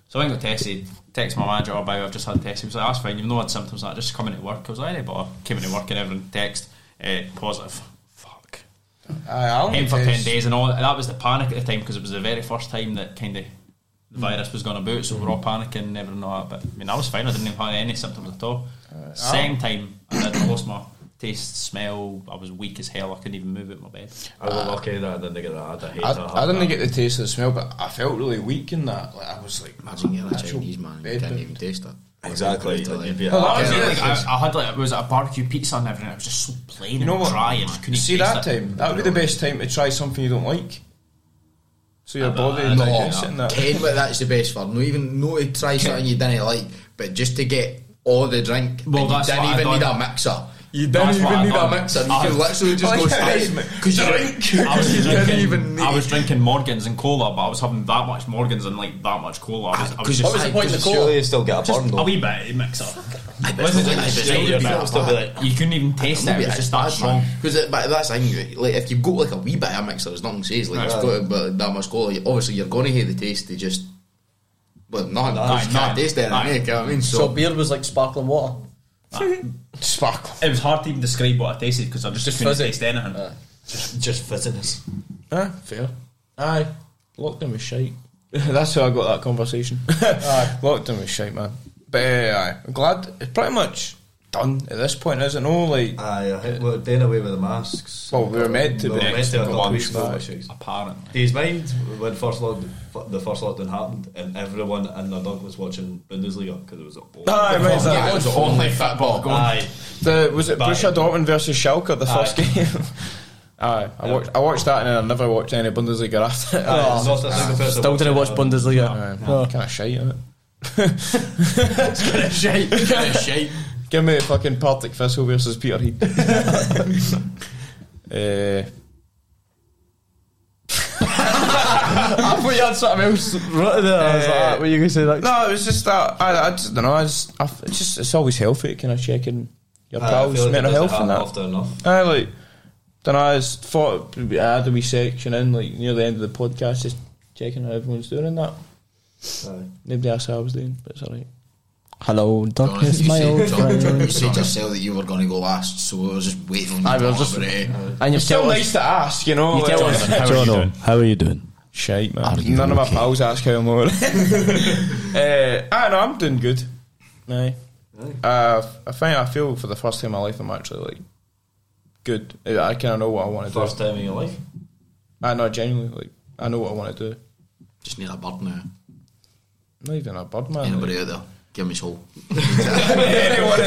So I went and got tested. Text my manager, oh, by the way, I've just had tested. He was like, that's fine, you've not had symptoms. Like, just coming to work. I was like, "Aye, but I came into work and everyone text eh, positive. Fuck. Aye, I'll Him for ten test. days and all. and that was the panic at the time because it was the very first time that kind of the virus was going about. So we we're all panicking and everything like that. But I mean, I was fine. I didn't even have any symptoms at all. Uh, Same time, I had [coughs] I lost my taste, smell. I was weak as hell. I couldn't even move out of my bed. I was lucky that I didn't get that. I hate Uh, I, that. I didn't get the taste of the smell, but I felt really weak in that. Like I was like, Imagine getting a actual Chinese man. You bed can't bed. even taste it. exactly. Like, Like, you'd be Oh, like, that Yeah, was like it. I, I had like it was a barbecue pizza and everything. It was just so plain You know and what? dry and just couldn't See taste that it. time? That would be the best time to try something you don't like. So your body I not don't digesting that. Ken, but that's the best for. No, even no to try something you didn't like, but just to get all the drink. Well, and you that's didn't what I even need done. a mixer. You That's didn't what I even need a done. mixer. You I- can literally just go straight because you [laughs] drink. [laughs] I was You didn't even drinking, need. I was drinking Morgans and cola, but I was having that much Morgans and like that much cola. I was, I was Because just what was the point of the surely you still get a burn a though. wee bit of mixer. Aye, but it's not Wasn't it like like straight it's in not your like mouth? that. You couldn't even taste it. It was just that strong. Because but that's the thing. Like if you go like a wee bit of mixer, there's nothing says like Aye. you've got but that much cola. you- Obviously, you're gonna hear the taste. They just well, no, no, Aye, you can't no. taste it. Aye. You know what I mean? So, So beer was like sparkling water. Sparkle. It was hard to even describe what I tasted because I just, Just couldn't fizzy. taste anything. Just fizziness. Ah, fair. Aye. Lockdown was shite. [laughs] That's how I got that conversation. [laughs] Aye. Lockdown was shite, man. But eh, aye, I'm glad it's pretty much done at this point, isn't it? No, like, Aye, I think we're doing away with the masks. well, we were meant to No, be. we're meant to have got Got a pushed week back. notice. Apparently, Do you mind when first lockdown, the first lockdown happened and everyone in their dog was watching Bundesliga because it was all Aye, right, that was the only football. Aye, The was it Bye. Borussia Dortmund versus Schalke the first game? [laughs] Aye, I watched I watched that and then I never watched any Bundesliga after. it. [laughs] aye, not a single person Still didn't watch watching it. Bundesliga. Aye, [laughs] kind of shite, [laughs] isn't it? Give me fucking Partick Thistle versus Peter Heat. [laughs] uh, [laughs] I thought you had something else right there. I was like, Eh, ah, what are you going to say next? no, it was just that I, I just don't know. I just, I, it's just it's always healthy, kind of checking your Aye, I feel pals' like it mental doesn't health and that. happen Often enough. I like don't know. I just thought it'd be- I had a wee section in like near the end of the podcast, just checking how everyone's doing and that. Aye. Nobody asked how I was doing, but it's alright. Hello, Honestly, darkness, my you old said, John, you friend. said yourself that you were going to go last, so I was just waiting on you. Ah, Aye, we to were talk just- about it. And you're It's still still nice to ask, you know. You like- tell us. how are you doing? how are you doing? Shite, man. Are you None of my okay? pals ask how I'm alright. [laughs] uh, I know I'm doing good. Aye. Uh, I think I feel for the first time in my life I'm actually like good. Uh, I kind of know what I want to do. First time in your life. I know genuinely like I know what I want to do. Just need a bird now. Not even a bird man. like- Anybody out there? Give me soul. anyone in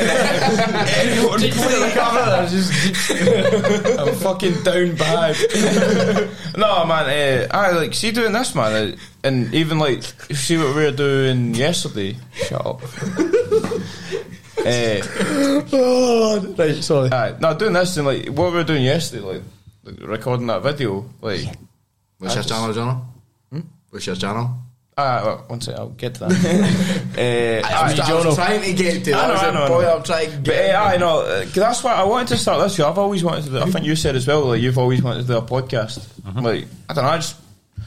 anyone [laughs] I'm fucking down bad [laughs] no man uh, I like see doing this man uh, and even like see what we were doing yesterday shut up [laughs] Eh, Right, sorry. aye, no doing this and like what we were doing yesterday like, like recording that video like What's your channel, John? What's your channel? ah well, one second I'll get to that uh, I was, I was trying to get to. I know, I was I like, know, I boy, know. I'm trying to But get. eh, aye, no, uh, 'cause that's why I wanted to start this. year. I've always wanted to. Do, I think you said as well. Like you've always wanted to do a podcast. Like I don't know. I just,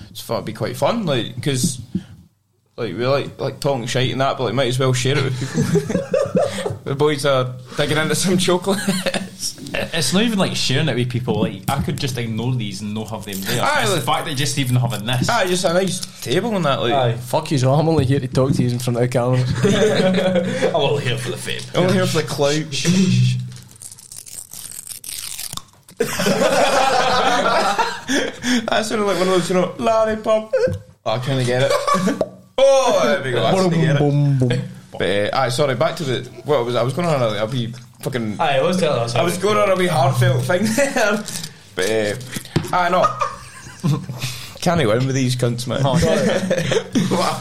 just thought it'd be quite fun. Like because Like we like like talking shite and that, but like might as well share it with people. the boys are digging into some chocolate. [laughs] It's not even like sharing it with people. Like I could just ignore these and not have them there. Aye, it's the like- fact that just even having this. ah, just a nice table and that. Like Fuck you, I'm only here to talk to you in front of the camera. I'm all here for the fame. only here for the clout. that sounded like one of those, you know, lollipop. Oh, I kind of get it. [laughs] oh, there we go. I kinda get it. But uh, aye, sorry. Back to the what was I was going on. I'll be fucking. Aye, I was telling us. I was going on a wee heartfelt thing there. But uh, I know. Can't he win with these cunts, man? Oh,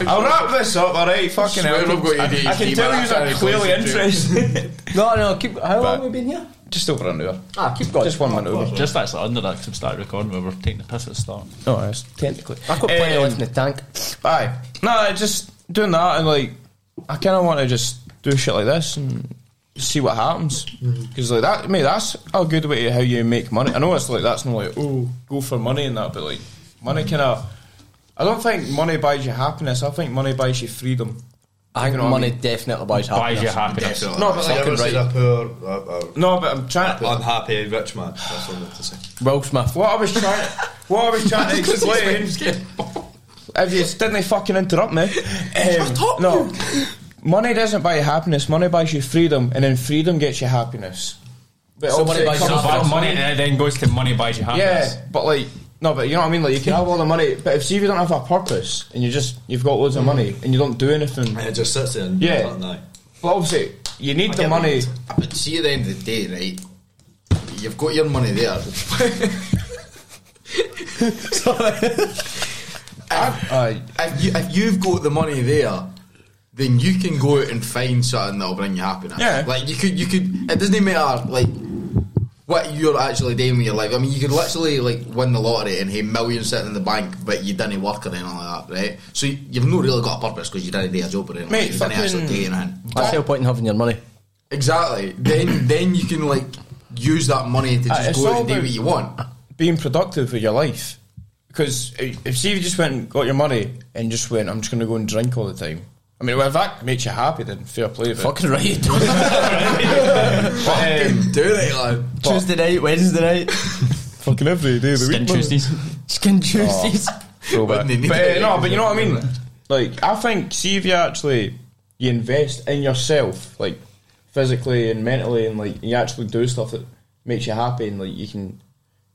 [laughs] I'll wrap this up, alright? Fucking Swear hell. I've got I, ADHD, I can man, tell I you can't are even clearly concentrate. interested. [laughs] No, no, keep. How long have we been here? [laughs] Just over an hour. Ah, keep going. Just one minute over. Just actually under that, because we started recording, we were taking the piss at the start. Oh, yes. Technically. I've got plenty Um, left in the tank. Aye. No, I just doing that and like I kind of want to just do shit like this and see what happens because like that, mate, that's a good way to how you make money. I know it's like that's not like oh go for money and that, but like money kind of. I don't think money buys you happiness. I think money buys you freedom. I think know what I money mean? definitely buys Why is happiness. you happy? No, but I like, never said a poor, a, no, but I'm trying. a unhappy rich man. That's all I meant to say. Will Smith. What I was trying, what I was trying to explain. if you didn't fucking interrupt me, um, no, money doesn't buy you happiness. Money buys you freedom, and then freedom gets you happiness. But So obviously money it buys you comes So from- bad money and then goes to money buys you happiness. Yeah, but like. No, but you know what I mean. Like you can have all the money, but if see if you don't have a purpose and you just you've got loads of money and you don't do anything, And it just sits there and Yeah. does that now. well, obviously you need the money. But see, at the end of the day, right? You've got your money there. Uh, If, you, if you've got the money there, then you can go out and find something that'll bring you happiness. Yeah. Like you could, you could. It doesn't even matter like what you're actually doing with your life. I mean, you could literally like win the lottery and have millions sitting in the bank, but you didn't work or anything like that, right? So you- you've not really got a purpose because you didn't do a job or anything. like that. Mate, you didn't actually fucking- do anything. That's the whole point in having your money. Exactly. Then, then you can like use that money to Aye, just it's go all out and do about- what you want. being productive with your life. Because if if- see if you just went and got your money and just went, I'm just going to go and drink all the time. I mean, well, if that makes you happy, then fair play. But, Fucking right. but, um, Do it, lad. Tuesday night, Wednesday night. fucking every day of the Skin Tuesdays. Skin juices. Bro, but, Wouldn't it need but, to uh, be? no, but you know what I mean. Like I think, see if you actually you invest in yourself, like physically and mentally, and like you actually do stuff that makes you happy, and like you can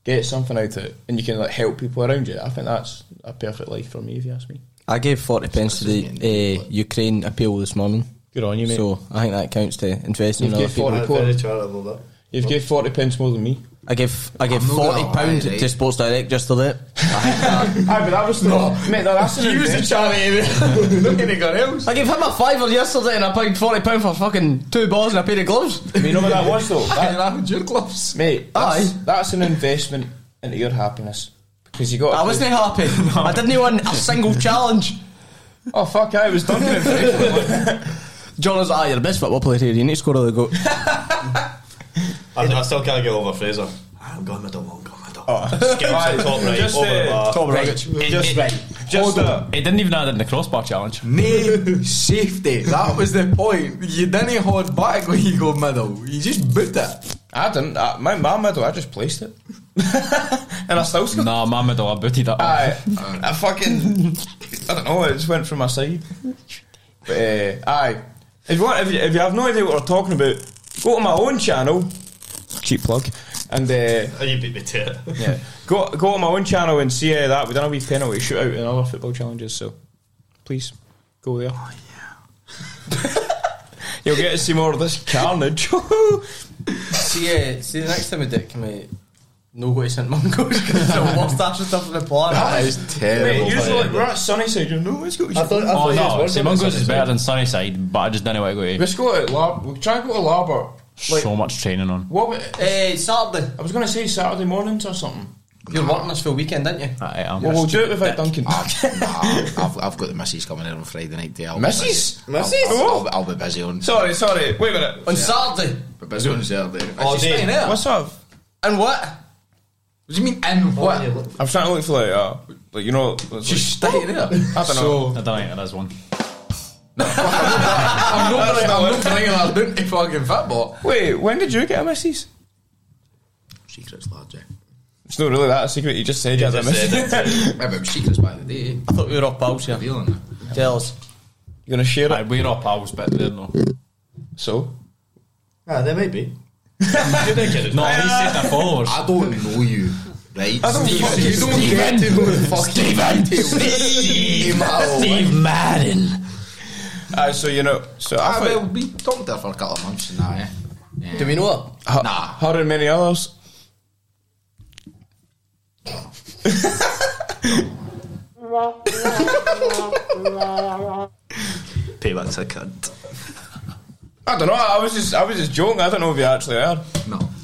get something out of it, and you can like help people around you. I think that's a perfect life for me, if you ask me. I gave 40 pence to the uh, Ukraine appeal this morning. Good on you, mate. So I think that counts to investing in You've other gave people. Very Very, poor. charitable, that. You've gave forty pence more than me. I give I give I'm not forty gonna pound lie, right? eh? to Sports Direct just to that. I, think Aye, but that was no, mate. no, that's an investment. charity. Look at anyone else. that- I gave him a fiver yesterday and I paid forty pound for fucking two balls and a pair [laughs] of gloves. But you know what that [laughs] was though, Can that, I have your gloves? mate. That's, Aye. that's an investment into your happiness because you got. I [laughs] wasn't happy. I didn't win a single challenge. Oh fuck! I was dunking it. John was like, ah, you're the best football player here. You need to score all the goal. I, I still can't get over Fraser. Oh. I'm going middle, I'm going middle. Skips it, top right, Just, over the uh, bar. Tom Right. Rogic. It- Just it- right. Just uh, It didn't even add in the crossbar challenge. Nay, safety. That was the point. You didn't hold back when you go middle. You just boot it. I didn't. I, my my middle. I just placed it, [laughs] and I still scored. Nah, my middle, I booted that one. I, [laughs] I fucking. I don't know. It just went from my side. But uh, aye, if you want, if you, if you have no idea what we're talking about, go to my own channel. Cheap plug. And uh, Oh, you beat me to it. [laughs] yeah, go go on my own channel and see uh, that we've done a wee penalty shootout and other football challenges. So please go there. Oh yeah. [laughs] You'll get to see more of this carnage. [laughs] [laughs] See, uh, see, the next time we do it, can we no go to St Mungo's [laughs] because it's the worst Arsenal stuff on the planet. is Mate, terrible. usually like, we're at Sunnyside. You know, let's go. I thought, I thought Oh no, you was Simongo's is better than Sunnyside, but I just didn't want to go to Let's go to Lab. We'll try and go to Larbert. Like, so much training on. what? we- Hey, Eh, Saturday. I was going to say Saturday mornings or something. You're working this full weekend, aren't you? I am. Well, we'll do it without Duncan. [laughs] Ah, I've, nah, I've, I've got the missus coming in on Friday night day. I'll Missus? Be busy. Missus? I'll, I'll, I'll, be busy on. Sorry, sorry. Wait a minute. On Saturday. Be busy on Saturday. All What day. do Yeah. What's up? And what? you mean in Oh, what? I'm trying to look for like, uh, like you know, She's [laughs] like, staying there. I don't know. I don't think there is one. I'm not, bringing, I'm not bringing that down to fucking football. Wait, when did you get a missus? Secrets, lad, yeah. It's not really that a secret. You just said you had a missus. Yeah, but it was secrets by the day. I thought we were all pals here. Revealing it. Jealous. You're gonna share Aye, it. we're all pals, but they're no. So Ah, they might be. No, he said they're followers. I don't know you, right? I don't Steve, know you don't get to know the fucking Steven. Steve. Aye, so you know. So I I will thought be talking to her for a couple of months now, eh? Do we know it? her, Nah. her and many others. Payback's a cunt. I don't know. I was just I was just joking. I don't know if you actually heard. No. [laughs]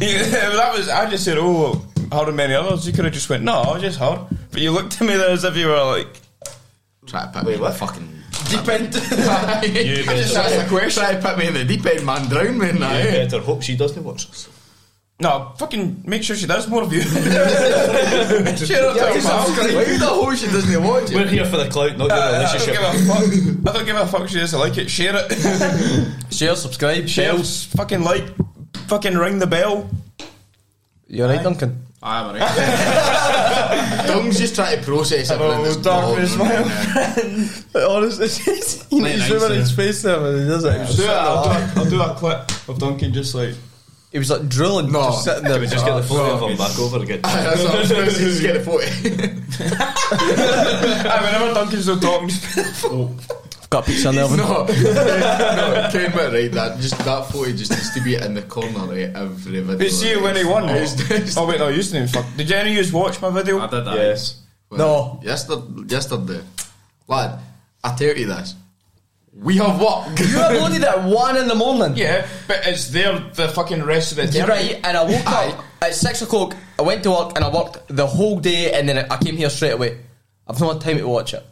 Yeah, that was. I just said, "Oh, her and many others." You could have just went, "No, I was just her." But you looked at me there as if you were like, Try to put me Wait, in what? the fucking. Deep [laughs] end. you just asked a question. Try to put me in the deep end, man. Drown me now. I eh? better hope she doesn't watch this. "No, fucking make sure she does more of you." [laughs] Share her to her pals. Why the whole shit doesn't watch We're it? here for the clout, not your I don't relationship. Uh, give a fuck. I don't give a fuck. She doesn't like it. Share it. Share, subscribe, Share. [laughs] bells. Fucking like. Fucking ring the bell. You're right, Duncan. Aye, I'm alright. Dung's just trying to process it. Hello, when it's Oh, darkness, gone. my Honestly, [laughs] he Late nights, zooming in his face there, he does it. I'll do, a, I'll, do a, I'll do a clip of Duncan just like. He was like drilling, No. just sitting there. Can we just get the photo of him back over again? [laughs] That's what I was supposed to just get a photo. [laughs] I whenever Duncan's not talking, [laughs] just- Got a picture in there. haven't [laughs] No, [laughs] no, Ken went right. That just that photo just needs to be in the corner right every video. you see when he won. It's- it's- Oh wait, no, you didn't fuck. Did any of you watch my video? I did that. Yes. No. yesterday, yesterday, lad, I tell you this, we have [laughs] work. You uploaded at one in the morning. Yeah, but it's there the fucking rest of the day. You're right. And I woke up at six o'clock. I went to work and I worked the whole day, and then I came here straight away. I've not had time to watch it.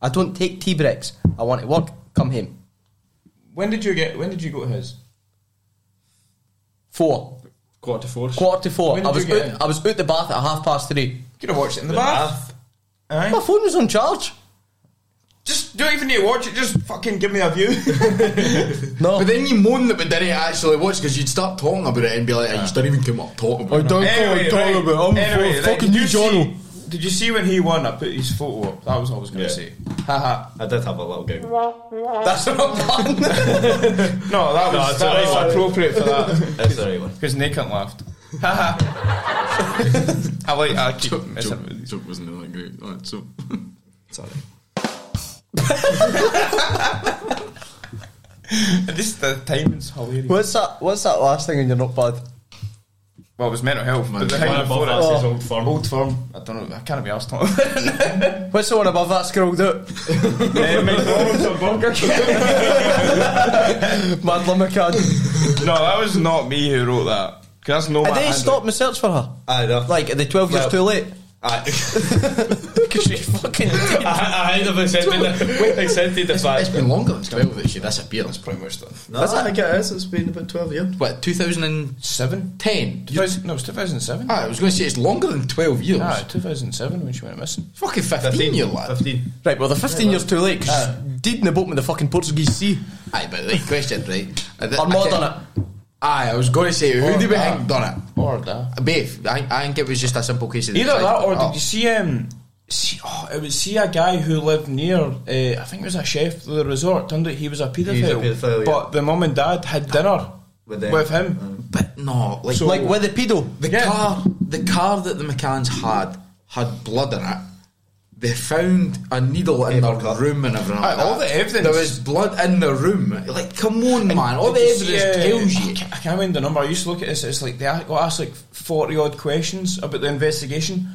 I don't take tea breaks. I want to work. Come home. When did you get? When did you go to his? Four Quarter to four. quarter to four. When I did was you get out, in? I was out the bath at half past three. Could have watched it in the, bath. My Aye. phone was on charge. Just don't even need to watch it. Just fucking give me a [laughs] view. No. But then you moan that we didn't actually watch because you'd start talking about it and be like, I just didn't even come up talking about it. anyway, right. anyway, right, fucking did new you journal. see- Did you see when he won? I put his photo up. That was what I was going to Yeah. say. Haha. I did have a little game. That's what I'm done. [laughs] No, that was, it's that alright, was man. appropriate for [laughs] that That's the right one. because Nathan laughed. Haha. [laughs] I like. I keep messing with [laughs] these. Joke wasn't that great. Alright, so Sorry. This the timing's hilarious. what's that? What's that last thing in your notepad? Well, it was mental health, but the One time above before that says it. old firm. Old firm. I don't know. I can't be asked talking. about it. What's the one above that scrolled out? Eh, [laughs] McDonald's or Burger King. [laughs] Mad McCann. No, that was not me who wrote that. 'Cause that's no. And my then he handwriting. stopped my search for her. Aye, no. Like, are they 12 years Well- too late? Aye. Because she fucking did. I had accepted it. accepted [laughs] the it's fact. been longer than twelve that she disappeared. That's pretty much that. No, I think it is. It's been about 12 years. What, two thousand and Seven. ten? Ah, Two thousand- No, it was 2007. I was going to say it's longer than twelve years. Ah, 2007 when she went missing. Fucking fifteen, year lad. 15. Right, well, they're 15 years too late because deed in the boat with the fucking Portuguese sea. Aye, but right, question, right? I Or more than it. Aye, I was going to say, who do we think done Or that. it? Babe, I, I think it was just a simple case of Either the that, or Oh. did you see um, see? Oh, it was see a guy who lived near. Uh, I think it was a chef of the resort. Turned out he was a paedophile. paedophile, yeah. But the mum and dad had dinner With with, them. him. Um, But no, like, So- Like, with the pedo. the yeah. car, the car that the McCanns had had blood in it. They found a needle in their cut. room and everything. like Aye, all that. the evidence. There was blood in the room. Like, come on, man! All the Did you evidence see, uh, tells I you. can't, I can't remember the number. I used to look at this. It's like they a- got asked like forty odd questions about the investigation.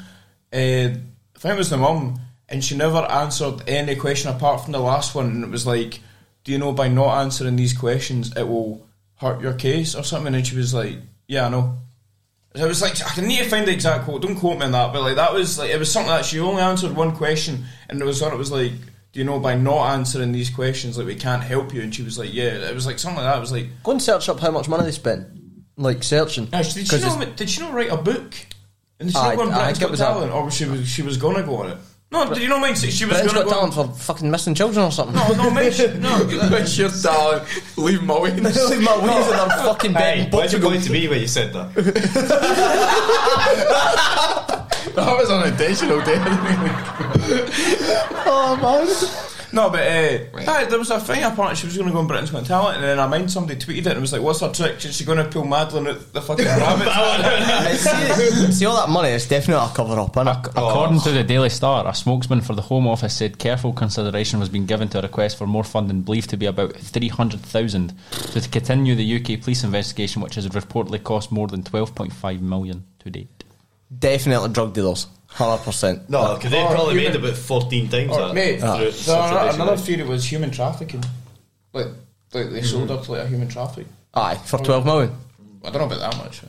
Uh, I think it was the mum, and she never answered any question apart from the last one. And it was like, "Do you know by not answering these questions, it will hurt your case or something?" And she was like, "Yeah, I know." So it was like I need to find the exact quote. Don't quote me on that, but like that was like it was something that she only answered one question, and it was sort of- it was like, do you know by not answering these questions, like we can't help you? And she was like, yeah. It was like something like that. It was like, Go and search up how much money they spent. Like, searching. now, did she Because not? Did she not write a book? And did she not Aye, go on I Britain's think it Got was a- Talent, or was she was she was gonna go on it? No, did you not mind? She was Britain's going to got go. talent for fucking missing children or something. No, no, mate. she- [laughs] No, [laughs] What's your talent? [laughs] Leave my wings. Leave my wings in their fucking bed in Why'd you Portugal. point to me when you said that? That was unintentional, dude. no, but uh, aye, there was a thing apparently she was going to go on Britain's Got Talent, and then I mind somebody tweeted it and was like, "What's her trick? Is she going to pull Madeline out the [laughs] fucking rabbit?" see, see all that money is definitely a cover up, innit? Oh. According to the Daily Star, a spokesman for the Home Office said careful consideration was being given to a request for more funding believed to be about 300,000 to continue the UK police investigation which has reportedly cost more than 12.5 million to date. Definitely drug dealers, hundred percent. No, because Oh, they Or probably human- made about 14 times Or- that. Oh, mate, through so another, situation another like- theory was human trafficking. Mm-hmm. Like, like they sold her to like a human traffic. Aye, for twelve million. I don't know about that much.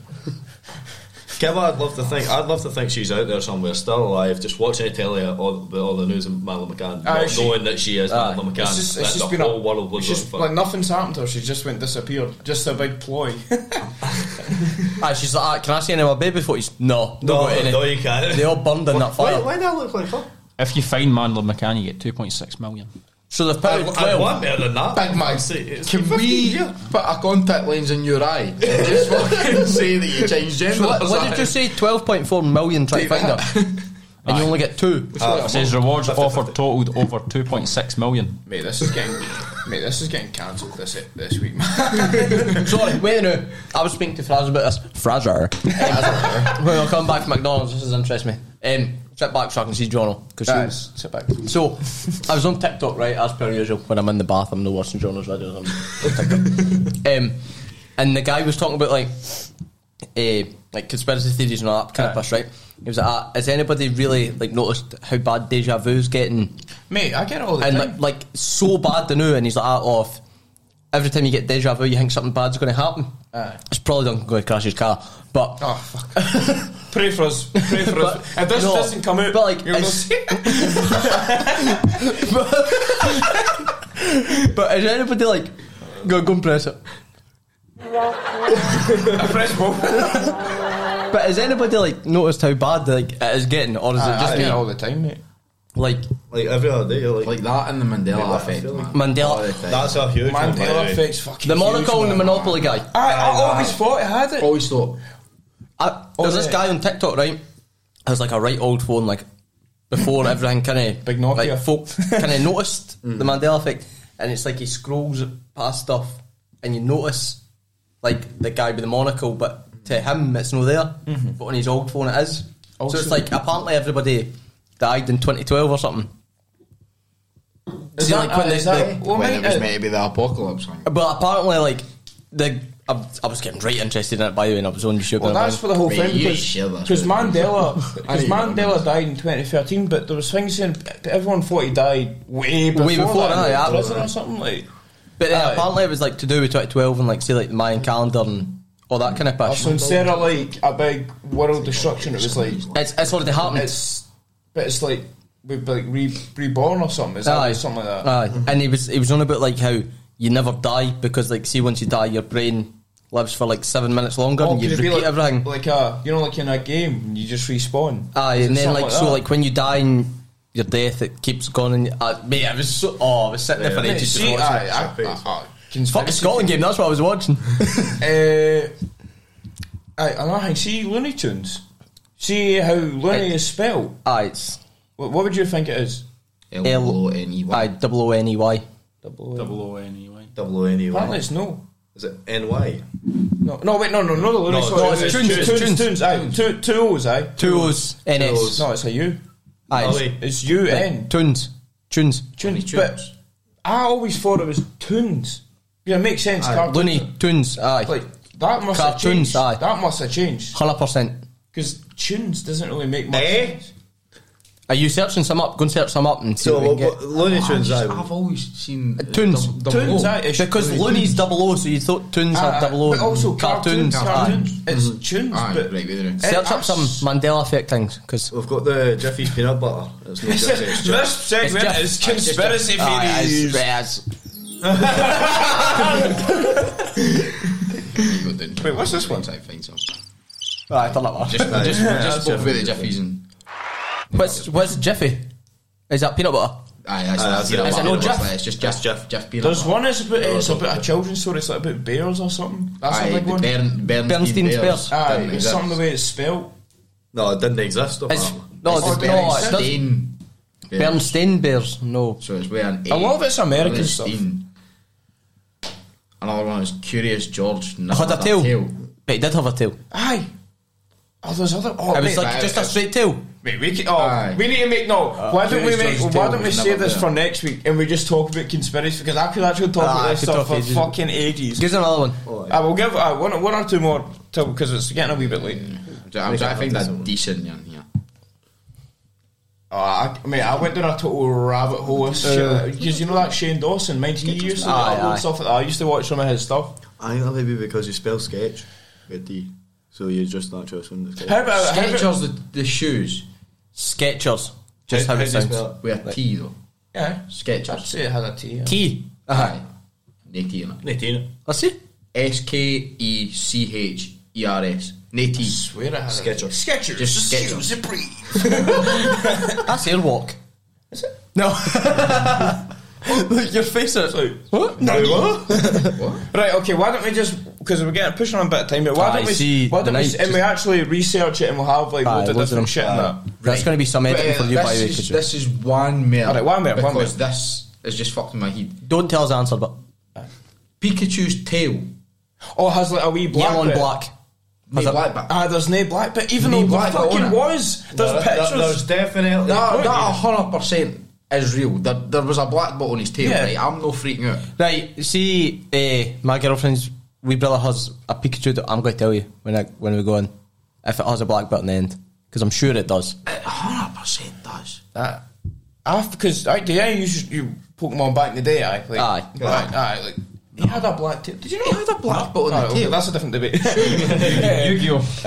Kim, I'd love to think. I'd love to think she's out there somewhere, still alive, just watching the telly all, with all the news of Madeline McCann, Aye, not she- knowing that she is aye. Madeline McCann. It's just, that it's just the been whole a, world was it's just just, like nothing's happened to her. She just went disappeared. Just a big ploy. [laughs] Aye, she's like, ah, can I see any of my baby footies? No, no, no, got any. no, you can't. They all burned in that fire. Why that look like her? If you find Mandel McCann, you get 2.6 million. So they've put out I twelve. want better than that. Big man, It's- [laughs] it's can 15 we year. put a contact lens in your eye and just fucking [laughs] say that you changed gender? What, or what did you something? say? Twelve point four million try to Take find her, and you only get two. It says rewards offered totaled over 2.6 million. mate, this is getting mate, this is getting cancelled this this week, man. [laughs] Sorry, wait a minute. I was speaking to Fraser about this. Fraser. Um, when I come back from McDonald's, this is interest me. Um, sit back so I can see Jono. Cause she was- sit back. so, I was on TikTok, right, as per usual. When I'm in the bath, I'm not watching Jono's videos. I'm on TikTok. um, and the guy was talking about, like, uh, like conspiracy theories and all that kind of push, right? He was like, ah, has anybody really, like, noticed how bad deja vu's getting? Mate, I get it all the and time. like, like so bad the new and he's like ah, off every time you get deja vu you think something bad's going to happen Aye. it's probably Duncan going to crash his car but oh fuck. [laughs] Pray for us. Pray [laughs] for But- us. If this no, doesn't come out, but, like, you're it's- gonna see- [laughs] [laughs] but is anybody like go, go and press it a fresh [laughs] ball. but has anybody like noticed how bad like it is getting or is it I just get me it all the time, mate. like Like every other day, you're like, [laughs] Like that in the Mandela Mate, effect, I feel like- man. Mandela- All the time. that's a huge one. by the Mandela way. effect's fucking the Monaco and the Monopoly guy I, I always thought it had it. Always thought. I, there's this Oh, yeah. guy on TikTok, right? Has like a right old phone, like before [laughs] everything kind of Big Nokia. Like, folk [laughs] kind of noticed the Mandela effect, and it's like he scrolls past stuff, and you notice like the guy with the monocle, but to him it's no there, Mm-hmm. but on his old phone it is. so it's Also- like apparently everybody died in 2012 or something. See, like, Ah, when is they- that- they- well, when mate, it was uh, meant to be the apocalypse. man. But apparently, like the I, I was getting right interested in it by the way, and I was on YouTube. Well, and I that's went- for the whole Mate, thing you ain't because, sure that's because what it is. Mandela [laughs] I because ain't Mandela remember. died in 2013, but there was things saying everyone thought he died way before, Way before that, that, in yeah. prison or something like. But then Aye. apparently it was like to do with 2012 and like say like the Mayan calendar and all that kind of push. So instead of like a big world destruction, it was like It's, it's already happened. it's, but it's like we've like re, reborn or something. Is that Aye. something like that? Aye. And he was he was on about like how you never die because like see once you die your brain lives for like seven minutes longer Or and you could it repeat Oh, be like, everything. like a you know like in a game you just respawn. Aye, Is it and then something like, so that? like when you die and your death it keeps going and uh, mate, I was so oh I was sitting there for Mate, ages just see, watching. aye, it. uh, aye, aye, aye. Fucking Scotland game, that's what I was watching. [laughs] Uh, aye, another thing. See Looney Tunes. See how Looney Aye. is spelled. aye, it's What, what would you think it is? L O N E Y. aye double O N E Y. Double. Double O anyway. double O N E Apparently Y. it's no. Is Ah, it N Y? No, no, wait, no, no, no, the Looney. No, sorry, no, it's Tunes, Tunes, it's Tunes, Tunes. Tunes, aye, two, two O's, aye. Two O's E. N S. No, it's a U. Aye, No, it's- wait. It's U N. Tunes. Tunes. Tunes. Looney But Tunes. I always thought it was Tunes. Yeah, it makes sense. Cartoons. Looney Tunes, aye. Like that must have Cartoons, changed. aye. That must have changed Hundred percent. because tunes doesn't really make much Eh? sense. Are you searching some up? Go and search some up and see So what we what, can get. what, Ah, Looney Tunes. I've, aye. I've always seen uh, Tunes. dub- double Tunes, O. aye, it's Because Looney Looney's double O, so you thought Tunes Aye, are aye, double O. Ah, but also cartoons. aye. Cartoons. It's tunes, Aye, but right, there it is. Search up that's- some Mandela effect things, because We've got the Jiffy's peanut butter. It's no Jiffy. It's [laughs] Jiffy. This segment just- is conspiracy it's, theories. it's, You go down. Wait, what's this one? I find some. aye, turn that one. Just, just, yeah, just that's spoke with the Jeffy's. Jiffies and What's what's Jiffy? Is that peanut butter? Aye, that's, Aye, that's, that's it. that's Is it it. no It's Jeff? like- It's just Jeff. Jeff, Jeff Peanut. There's butter. one that's about, it's No, about a children's story, it's like about bears or something. That's Aye, a big the one. Bern, Bernstein, Bernstein Bears. Bears. Aye, Didn't it's exist. something the way it's spelt. No, it didn't exist. It's, apparently. no, it's, It's no, it's not. Bernstein. Bears. Bernstein bears. No. So it's where an A lot of it's American stuff. Another one is Curious George. Never Had a tail. But it did have a tail. Aye. Oh, there's other. Oh, It mate, was like right, just a Uh, it's- straight tail. mate, we, can, oh, Aye. we need to make no. why don't we Curious make? George's Why tale don't we was save never this there. for next week and we just talk about conspiracy because I could actually talk Ah, I about this could stuff talk for ages. fucking ages. Give us another one. I will give uh, one, one or two more till because it's getting a wee bit late. Mm. I, I think that's decent, yeah. yeah. Oh, I, mate, I went down a total rabbit hole of shit. Because you know that Shane Dawson, mind he used to Uh. Aye, upload aye. stuff like that. I used to watch some of his stuff. I think that may be because you spell sketch with D, so you just naturally assume the sketch. How about, how about Skechers, the, the shoes. Sketchers. Just how, How- it how do you sounds. spell With a T, though. yeah, I'd Skechers. say it had a T. Yeah. T. Aye. No T in it. Let's see. S K E C H E R S. No T. Swear I had Skechers. A, Skechers. Just Skechers. [laughs] That's airwalk. Is it? No. Look, your face is. What? No, [laughs] Right, okay, why don't we just, because we're getting pushing on a bit of time, but why Aye, don't we, see, why don't we, nice, and we just- actually research it and we'll have like Aye, loads of loads of them. different shit in that. That's going to be some But, editing uh, for you, by the way. this is, Kitchen. this is one mare. Alright, one mare, one Because this is just fucking my head. Don't tell us the answer, but Pikachu's tail. Oh, it has like a wee black yellow and bit. black. Has it- black back. Ah, there's no black bit, even No though there black bit on fucking it. was. There's pictures. There's definitely. That, that 100% is real. There, there was a black bit on his tail, Yeah. right? I'm no freaking out. Right, see, eh, my girlfriend's wee brother has a Pikachu that I'm going to tell you when I when we go in if it has a black button end because I'm sure it does. It 100% does. That I because I did I use you Pokemon back in the day. I like, Aye. right, aye, like. He had a black tip. Did you know [laughs] He had a black bit on Aye, the okay, tail. That's a different [laughs] debate. Yu-Gi-Oh!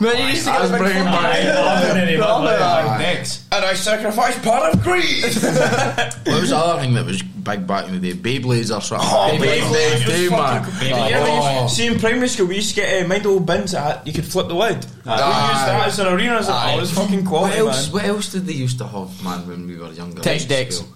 Man, you used to get a big [laughs] fucking- Next. and I sacrificed part of greed. What was the other thing that was big back in the day? Beyblades or something. Oh, Beyblades, Beyblades, you do, man. fucking- You know, you used- See, in primary school, we used to get uh, mind old bins that had- you could flip the lid. Aye. We used that as an arena. As Aye. oh, it's fucking What quality, else? man. What else did they used to have, man, when we were younger? Text Like, decks. school.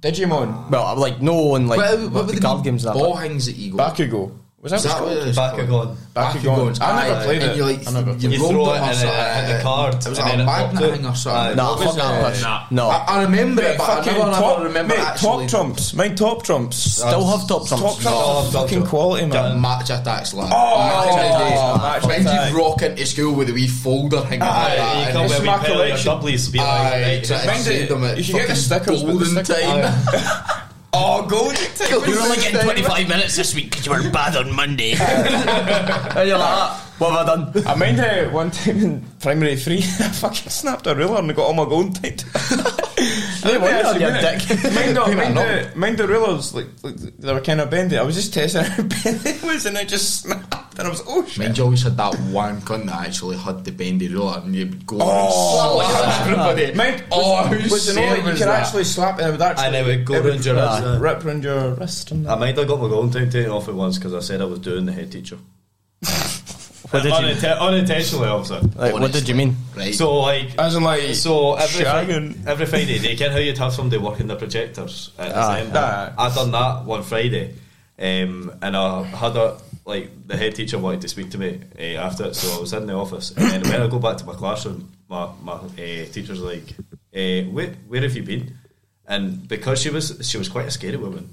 Digimon, Well, I'm like no one like What, what, were the card games and that. ball but- hangs that you go? Bakugo. Was that Is that what what it's it called? is? Bakugan. Bakugans. I never Aye, played and it. You, like, I never played you You rolled throw it or and it- something. and the It card, was and like then a it popped magnet out. thing or something. Nah, fuck that much. Nah. No, I, I remember it, but I fucking never, top, never remember mate, actually. top trumps. Mate, top trumps. still have top Top trumps. trumps are fucking quality, man. The match attacks, lad. Oh, Back in the day, oh, match when attack. you rock into school with a wee folder hanging like that, You and come it's- It's with my a pair of collection. doublies, be Aye, like, so I Mind saved it, them at you should get the fucking stickers, but the golden sticker- time. Oh, golden [laughs] tickets. You're only getting 25 minutes this week because you were bad on Monday. And you're like, ah, what have I done? I mind uh, one time in primary three, [laughs] I fucking snapped a ruler and I got all my gold [laughs] tight. No wonder you're [laughs] a dick. Mind, the, Pay my mind, the, mind the rulers, like, like they were kind of bendy. I was just testing how [laughs] bendy it was, and I just snapped, and I was oh shit. Mind you always had that one cunt that actually had the bendy ruler and you'd go Oh, and slap everybody. Mind, oh, was, who was it not said like you was could that? actually slap, and it would actually And it would go round your wrist, uh, yeah. rip round your wrist, and I that. might have got my Valentine taken off at once because I said I was doing the head teacher. What did you? Uninten- unintentionally, obviously. Like, what did you mean? Right. So, like, As in like so every, Fri- shagging. every Friday, they can how you'd have somebody working the projectors. At the Aye, same aye. time. I done that one Friday, um, and I had a like the head teacher wanted to speak to me eh, after it, so I was in the office. And then when I go back to my classroom, my my eh, teacher's like, eh, "Where where have you been?" And because she was she was quite a scary woman,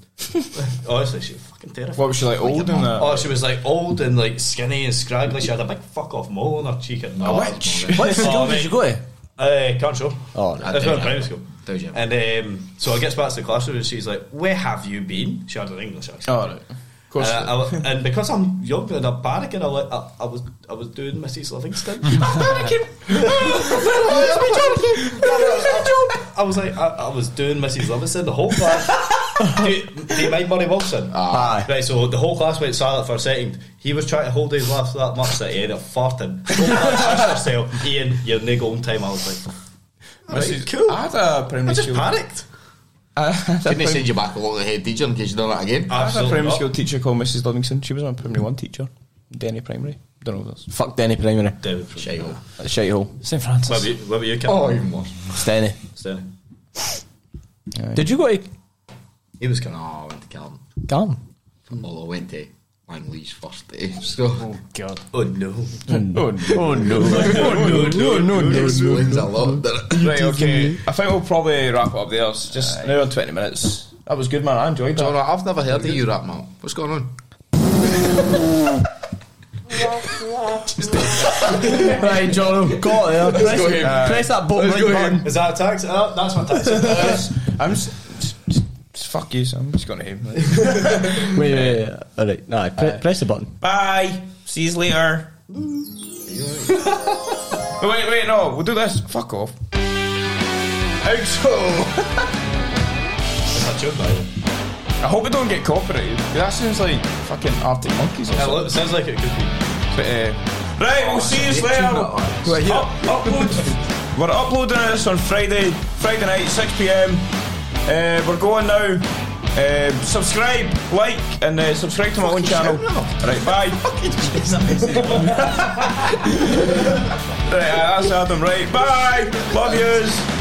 honestly, she was fucking terrifying. What was she like old and that? Oh, she was like old and like skinny and scraggly. She had a big fuck off mole on her cheek. And Oh, witch. What school did mate. you go to? Uh, can't show. Oh, no. no, it's Don't not you? primary school. Don't you? And um, so I gets back to the classroom and she's like, "Where have you been?" She had an English accent. Oh, right. Of course. And, Uh, I- I wa- and because I'm younger and I'm panicking, I, wa- I, I was I was doing [laughs] Mrs. Livingston. I'm panicking. [laughs] I was like, I, I was doing Mrs. Livingston the whole class. [laughs] do, you, do you mind Murray Wilson? Ah. Aye. Right, so the whole class went silent for a second. He was trying to hold his laugh that much that he ended up farting. [laughs] The whole class asked herself, Ian, you're no going time. I was like, Mrs. cool. I had a primary I just school. panicked. Didn't they send you back along with the head Ah. teacher in case you done that again? I had a Absolutely primary not. school teacher called Mrs. Livingston. She was my primary one teacher, Denny Primary. don't know. That's Fuck Denny Primary. Down from Shite hole. That's a shithole. St What Francis. about you, what about you Kevin? Oh, even worse. It's Denny. Stanley? Did you go to He was kind of, oh, I went to Calvin. Calm? Although I went to Langley's first day, so God. Oh no. Oh no! oh no! No! No! it explains a lot. that- Right, okay. I think we'll probably wrap it up there. It's just an hour and 20 minutes. That was good, man. I enjoyed John, that. I've never heard of you rap, man. What's going on? right, Jono, got there. Press, press that button. Let's go like button. Is that a tax? Oh, that's my tax. I'm just, just- just- Fuck you, so I'm just going to him. Wait, wait, wait. All right, no, pre- press the button. Bye. See you [laughs] later. No, wait, wait, no. We'll do this. Fuck off. Outro. That's your bio. I hope we don't get copyrighted. That sounds like fucking Arctic Monkeys or Yeah, something. look, sounds like it could be. But, uh, right, we'll see you later. Well, Up, upload. We're uploading this on Friday, Friday night, 6 pm. Uh, we're going now. Uh, subscribe, like, and uh, subscribe to my own channel. Right, bye. [laughs] right, that's Adam. Right, bye. Love yous.